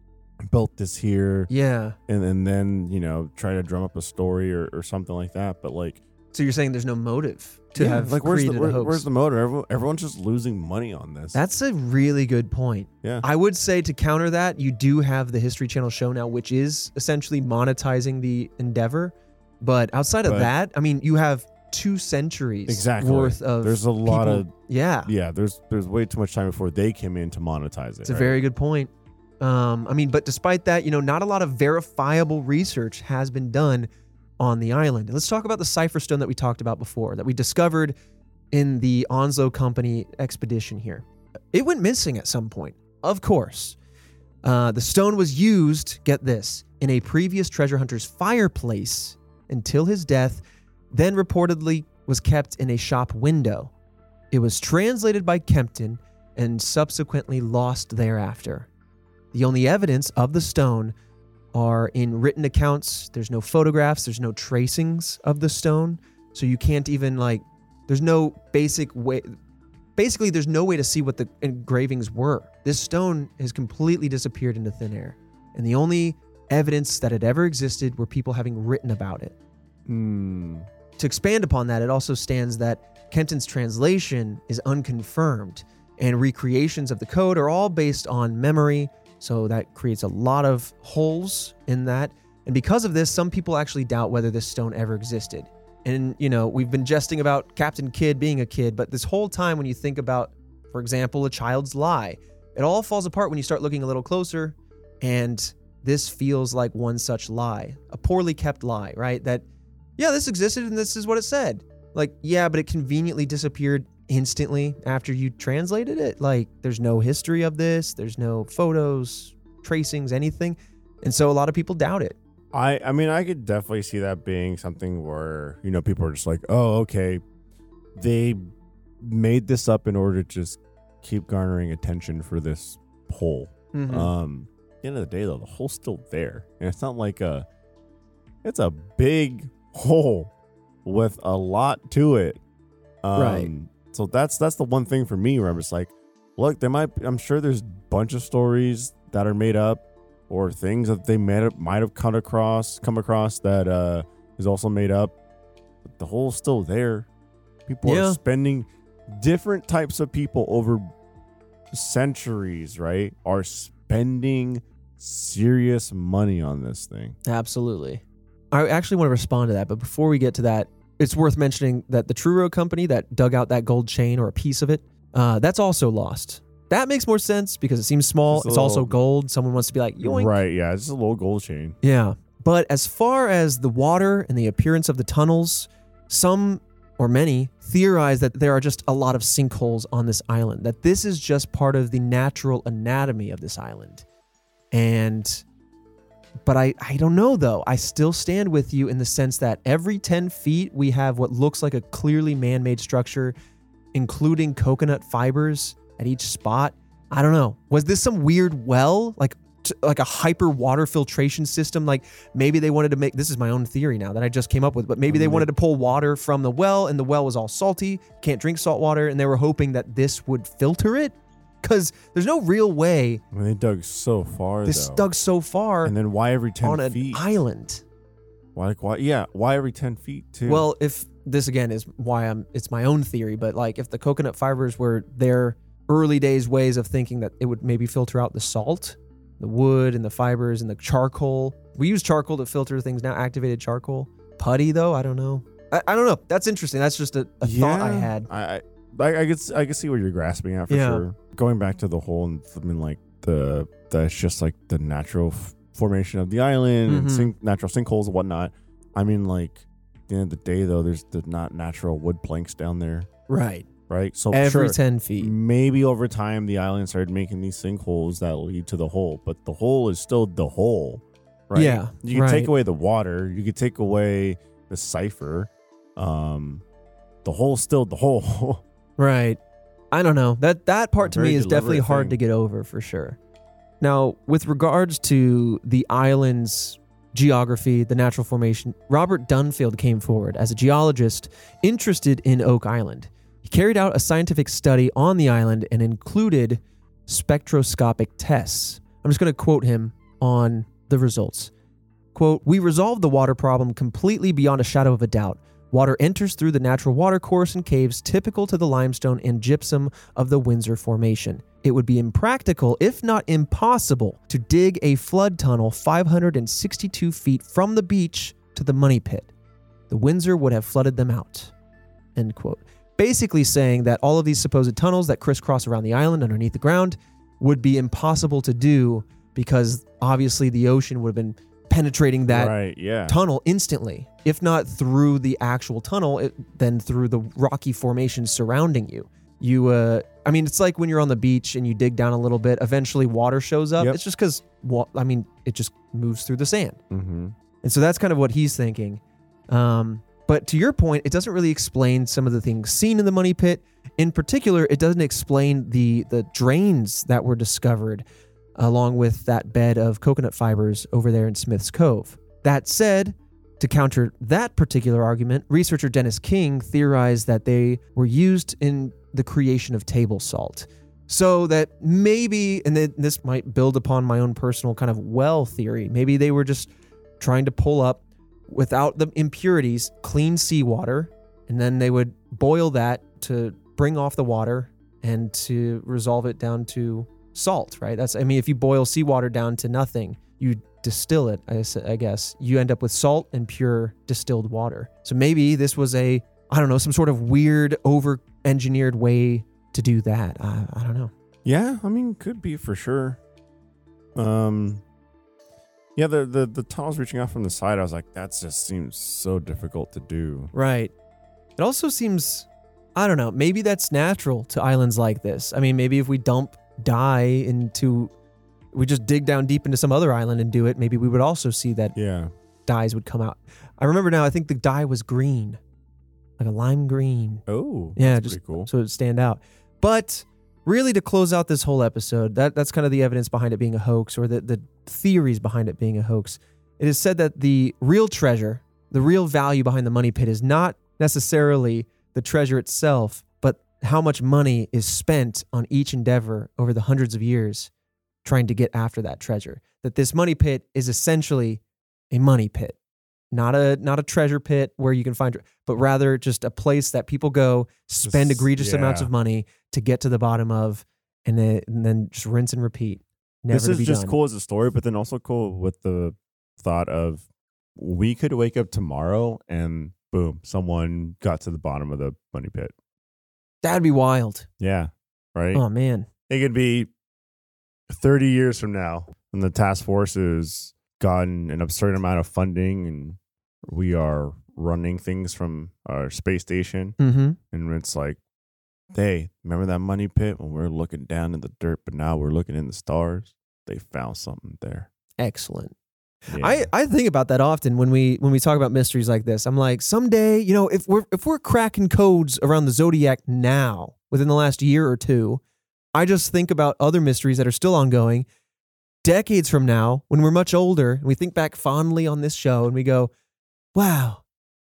Speaker 3: built this here
Speaker 2: Yeah.
Speaker 3: and, and then you know try to drum up a story or, or something like that but like
Speaker 2: So you're saying there's no motive to
Speaker 3: yeah,
Speaker 2: have
Speaker 3: like where's
Speaker 2: created
Speaker 3: the
Speaker 2: a
Speaker 3: where-
Speaker 2: hoax?
Speaker 3: where's the motor Everyone, everyone's just losing money on this
Speaker 2: That's a really good point.
Speaker 3: yeah
Speaker 2: I would say to counter that, you do have the History Channel show now, which is essentially monetizing the endeavor. But outside of
Speaker 3: But-
Speaker 2: that, I mean, you have two centuries
Speaker 3: Exactly.
Speaker 2: worth of.
Speaker 3: there's a lot
Speaker 2: people-
Speaker 3: of
Speaker 2: yeah,
Speaker 3: yeah there's there's way too much time before they came in to monetize it
Speaker 2: it's a
Speaker 3: right?
Speaker 2: very good point. Um, I mean, but despite that, you know, not a lot of verifiable research has been done on the island. Let's talk about the cipher stone that we talked about before, that we discovered in the Onslow Company expedition here. It went missing at some point, of course. Uh, the stone was used, get this, in a previous treasure hunter's fireplace until his death, then reportedly was kept in a shop window. It was translated by Kempton and subsequently lost thereafter. The only evidence of the stone are in written accounts. There's no photographs, there's no tracings of the stone. So you can't even, like, there's no basic way. Basically, there's no way to see what the engravings were. This stone has completely disappeared into thin air. And the only evidence that it ever existed were people having written about it.
Speaker 3: Hmm.
Speaker 2: To expand upon that, it also stands that Kenton's translation is unconfirmed, and recreations of the code are all based on memory, so that creates a lot of holes in that. And because of this, some people actually doubt whether this stone ever existed. And, you know, we've been jesting about Captain Kidd being a kid, but this whole time when you think about, for example, a child's lie, it all falls apart when you start looking a little closer. And this feels like one such lie, a poorly kept lie, right? That yeah, this existed and this is what it said. Like, yeah, but it conveniently disappeared instantly after you translated it. Like, there's no history of this, there's no photos, tracings, anything. And so a lot of people doubt it.
Speaker 3: I I mean I could definitely see that being something where you know people are just like, "Oh, okay. They made this up in order to just keep garnering attention for this poll."
Speaker 2: Mm-hmm. Uh,
Speaker 3: Um at the end of the day though, the hole's still there. And it's not like a it's a big hole with a lot to it. Um,
Speaker 2: Right.
Speaker 3: So that's that's the one thing for me where I'm just like, look, there might I'm sure there's a bunch of stories that are made up or things that they might have, might have come across come across that uh is also made up. But the hole's still there. People
Speaker 2: Yeah.
Speaker 3: are spending different types of people over centuries, right, are spending serious money on this thing.
Speaker 2: Absolutely. I actually want to respond to that, but before we get to that, it's worth mentioning that the Truro company that dug out that gold chain or a piece of it, uh, that's also lost. That makes more sense because it seems small. It's,
Speaker 3: It's a
Speaker 2: also
Speaker 3: little-
Speaker 2: gold. Someone wants to be like, yoink.
Speaker 3: Right, yeah, it's just a little gold chain.
Speaker 2: Yeah. But as far as the water and the appearance of the tunnels, some or many theorize that there are just a lot of sinkholes on this island, that this is just part of the natural anatomy of this island. And but I, I don't know though. I still stand with you in the sense that every 10 feet we have what looks like a clearly man-made structure, including coconut fibers at each spot. I don't know. Was this some weird well? Like t- like a hyper water filtration system. Like maybe they wanted to make this is my own theory now that I just came up with, but maybe
Speaker 3: Mm-hmm.
Speaker 2: they wanted to pull water from the well and the well was all salty, can't drink salt water, and they were hoping that this would filter it. Cause there's no real way
Speaker 3: I mean, they dug so far.
Speaker 2: this
Speaker 3: though.
Speaker 2: dug so far
Speaker 3: And then why every ten
Speaker 2: on an
Speaker 3: feet?
Speaker 2: island.
Speaker 3: Why, like, why? Yeah, why every ten feet too?
Speaker 2: Well, if this again is why I'm it's my own theory, but like if the coconut fibers were their early days ways of thinking that it would maybe filter out the salt, the wood and the fibers and the charcoal. We use charcoal to filter things now, activated charcoal. Putty though, I don't know. I, I don't know. That's interesting. That's just a, a thought I
Speaker 3: Yeah,
Speaker 2: had.
Speaker 3: I, I, I, I could, s- I could see what you're grasping at for
Speaker 2: Yeah.
Speaker 3: sure. Going back to the whole, and I mean, like the that's just like the natural f- formation of the island and
Speaker 2: Mhm.
Speaker 3: sink, natural sinkholes and whatnot. I mean, like at the end of the day, though, there's the not natural wood planks down there,
Speaker 2: Right.
Speaker 3: right? So
Speaker 2: Every
Speaker 3: sure,
Speaker 2: ten feet.
Speaker 3: maybe over time the island started making these sinkholes that lead to the hole, but the hole is still the hole, right?
Speaker 2: Yeah,
Speaker 3: you can
Speaker 2: right.
Speaker 3: take away the water, you could take away the cipher, um, the hole's still the hole.
Speaker 2: Right. I don't know. That that part
Speaker 3: A
Speaker 2: to me
Speaker 3: very
Speaker 2: is definitely
Speaker 3: deliberate
Speaker 2: hard
Speaker 3: thing.
Speaker 2: to get over for sure. Now, with regards to the island's geography, the natural formation, Robert Dunfield came forward as a geologist interested in Oak Island. He carried out a scientific study on the island and included spectroscopic tests. I'm just going to quote him on the results. Quote, we resolved the water problem completely beyond a shadow of a doubt. Water enters through the natural watercourse and caves typical to the limestone and gypsum of the Windsor Formation. It would be impractical, if not impossible, to dig a flood tunnel 562 feet from the beach to the money pit. The Windsor would have flooded them out. End quote. Basically saying that all of these supposed tunnels that crisscross around the island underneath the ground would be impossible to do because obviously the ocean would have been penetrating that
Speaker 3: right, yeah.
Speaker 2: tunnel instantly. If not through the actual tunnel, it, then through the rocky formation surrounding you. You, uh, I mean, it's like when you're on the beach and you dig down a little bit. Eventually, water shows up.
Speaker 3: Yep.
Speaker 2: It's just because, wa- I mean, it just moves through the sand,
Speaker 3: mm-hmm.
Speaker 2: and so that's kind of what he's thinking. Um, but to your point, it doesn't really explain some of the things seen in the money pit. In particular, it doesn't explain the the drains that were discovered along with that bed of coconut fibers over there in Smith's Cove. That said, to counter that particular argument, researcher Dennis King theorized that they were used in the creation of table salt. So that maybe, and then this might build upon my own personal kind of well theory, maybe they were just trying to pull up without the impurities clean seawater, and then they would boil that to bring off the water and to resolve it down to salt, right? That's I mean, if you boil seawater down to nothing, you distill it. I, s- I guess you end up with salt and pure distilled water. So maybe this was a I don't know some sort of weird over engineered way to do that. I, I don't know.
Speaker 3: Yeah, I mean, could be for sure. Um, yeah, the the the tunnels reaching out from the side. I was like, that just seems so difficult to do.
Speaker 2: Right. It also seems I don't know. Maybe that's natural to islands like this. I mean, maybe if we dump dye into we just dig down deep into some other island and do it, maybe we would also see that
Speaker 3: Yeah,
Speaker 2: dyes would come out. I remember now. I think the dye was green, like a lime green,
Speaker 3: Oh,
Speaker 2: Yeah,
Speaker 3: that's
Speaker 2: just-
Speaker 3: pretty cool.
Speaker 2: so it would stand out. But really, to close out this whole episode, that that's kind of the evidence behind it being a hoax, or the the theories behind it being a hoax. It is said that the real treasure, the real value behind the money pit, is not necessarily the treasure itself, but how much money is spent on each endeavor over the hundreds of years trying to get after that treasure. That this money pit is essentially a money pit, not a not a treasure pit where you can find, tre- but rather just a place that people go spend
Speaker 3: Just-
Speaker 2: egregious amounts
Speaker 3: yeah.
Speaker 2: of money to get to the bottom of, and then, and then just rinse and repeat. Never
Speaker 3: this
Speaker 2: to
Speaker 3: is
Speaker 2: be
Speaker 3: just
Speaker 2: done.
Speaker 3: cool as a story, but then also cool with the thought of we could wake up tomorrow and boom, someone got to the bottom of the money pit.
Speaker 2: That'd be wild.
Speaker 3: Yeah, right.
Speaker 2: Oh man.
Speaker 3: It could be thirty years from now, and the task force has gotten an absurd amount of funding, and we are running things from our space station,
Speaker 2: Mm-hmm.
Speaker 3: and it's like. Hey, remember that money pit when we were looking down in the dirt, but now we're looking in the stars? They found something there.
Speaker 2: Excellent.
Speaker 3: Yeah.
Speaker 2: I, I think about that often when we when we talk about mysteries like this. I'm like, someday, you know, if we're if we're cracking codes around the zodiac now, within the last year or two, I just think about other mysteries that are still ongoing. Decades from now, when we're much older, and we think back fondly on this show, and we go, "Wow,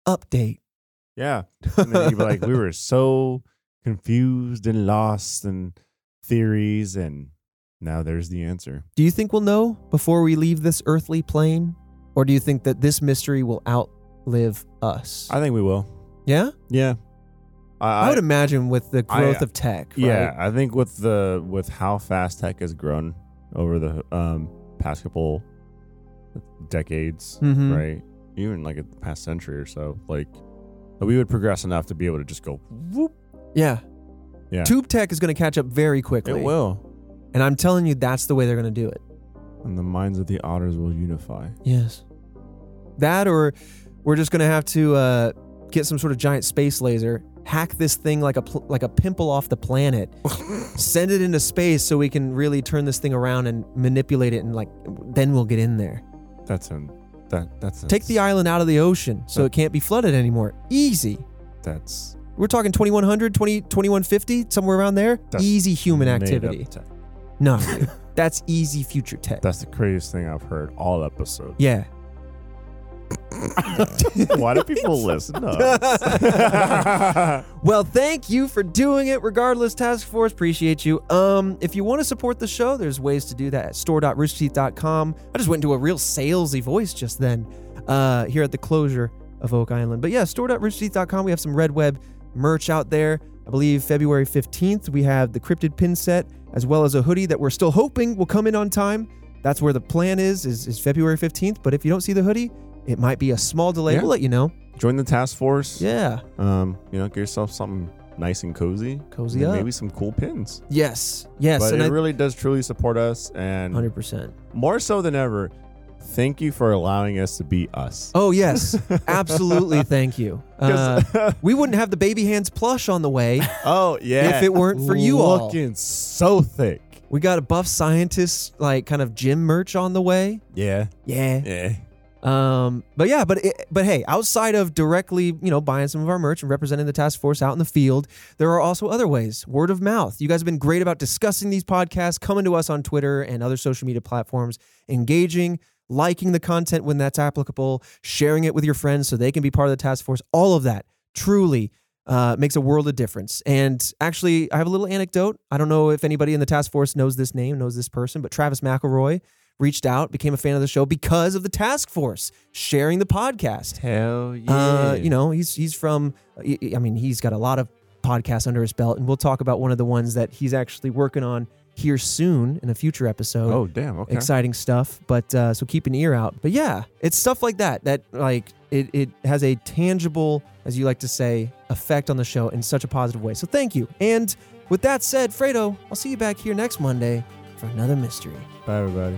Speaker 2: update."
Speaker 3: yeah. And then you'd be like, we were so confused and lost and theories, and now there's the answer.
Speaker 2: Do you think we'll know before we leave this earthly plane, or do you think that this mystery will outlive us?
Speaker 3: I think we will.
Speaker 2: yeah,
Speaker 3: Yeah.
Speaker 2: I,
Speaker 3: I,
Speaker 2: would imagine with the
Speaker 3: I- uh,
Speaker 2: growth of tech. Right?
Speaker 3: yeah, I think with the with how fast tech has grown over the um, past couple decades,
Speaker 2: Mhm.
Speaker 3: right? Even like the past century or so, like we would progress enough to be able to just go whoop.
Speaker 2: Yeah.
Speaker 3: Yeah.
Speaker 2: Tube tech is going to catch up very quickly.
Speaker 3: will,
Speaker 2: And I'm telling you, that's the way they're going to do it.
Speaker 3: and the minds of the otters will unify.
Speaker 2: Yes. That or we're just going to have to uh, get some sort of giant space laser, hack this thing like a pl- like a pimple off the planet, send it into space so we can really turn this thing around and manipulate it and like then we'll get in there.
Speaker 3: That's an that that's a-
Speaker 2: Take the island out of the ocean so it can't be flooded anymore. Easy.
Speaker 3: that's
Speaker 2: We're talking 2100, 20, 2150, somewhere around there.
Speaker 3: That's
Speaker 2: easy human
Speaker 3: made up
Speaker 2: activity.
Speaker 3: tech.
Speaker 2: No, dude. that's easy future tech.
Speaker 3: That's the craziest thing I've heard all episode.
Speaker 2: Yeah.
Speaker 3: Why do people listen to us?
Speaker 2: Well, thank you for doing it regardless, Task Force. Appreciate you. Um, if you want to support the show, there's ways to do that at store.roosterteeth.com. I just went into a real salesy voice just then uh, here at the closure of Oak Island. But yeah, store.roosterteeth.com. We have some Red Web merch out there. I believe February 15th, we have the Cryptid pin set as well as a hoodie that we're still hoping will come in on time. That's where the plan is, is, is February 15th. But if you don't see the hoodie, it might be a small delay.
Speaker 3: Yeah.
Speaker 2: We'll let you know.
Speaker 3: Join the task force.
Speaker 2: Yeah.
Speaker 3: Um, you know, get yourself something nice and cozy.
Speaker 2: Cozy
Speaker 3: And then
Speaker 2: up.
Speaker 3: Maybe some cool pins.
Speaker 2: Yes. Yes.
Speaker 3: but
Speaker 2: and
Speaker 3: it
Speaker 2: I,
Speaker 3: really does truly support us, and
Speaker 2: 100%.
Speaker 3: more so than ever, thank you for allowing us to be us.
Speaker 2: Oh yes, absolutely. Thank you. Uh,
Speaker 3: 'Cause-
Speaker 2: we wouldn't have the baby hands plush on the way.
Speaker 3: oh yeah,
Speaker 2: If it weren't for you all.
Speaker 3: looking so thick.
Speaker 2: We got a buff scientist like kind of gym merch on the way.
Speaker 3: Yeah,
Speaker 2: Yeah.
Speaker 3: yeah.
Speaker 2: Um. But yeah. But it, but hey, outside of directly you know buying some of our merch and representing the task force out in the field, there are also other ways. Word of mouth. You guys have been great about discussing these podcasts, coming to us on Twitter and other social media platforms, engaging. Liking the content when that's applicable, sharing it with your friends so they can be part of the task force, all of that truly uh, makes a world of difference. And actually, I have a little anecdote. I don't know if anybody in the task force knows this name, knows this person, but Travis McElroy reached out, became a fan of the show because of the task force sharing the podcast.
Speaker 3: Hell yeah.
Speaker 2: Uh, you know, he's he's from. I I mean, he's got a lot of podcasts under his belt, and we'll talk about one of the ones that he's actually working on here soon in a future episode
Speaker 3: Oh damn. Okay.
Speaker 2: exciting stuff. But uh, so keep an ear out. But yeah, it's stuff like that that like it it has a tangible, as you like to say, effect on the show in such a positive way. So thank you. And with that said, Fredo, I'll see you back here next Monday for another mystery.
Speaker 3: Bye everybody.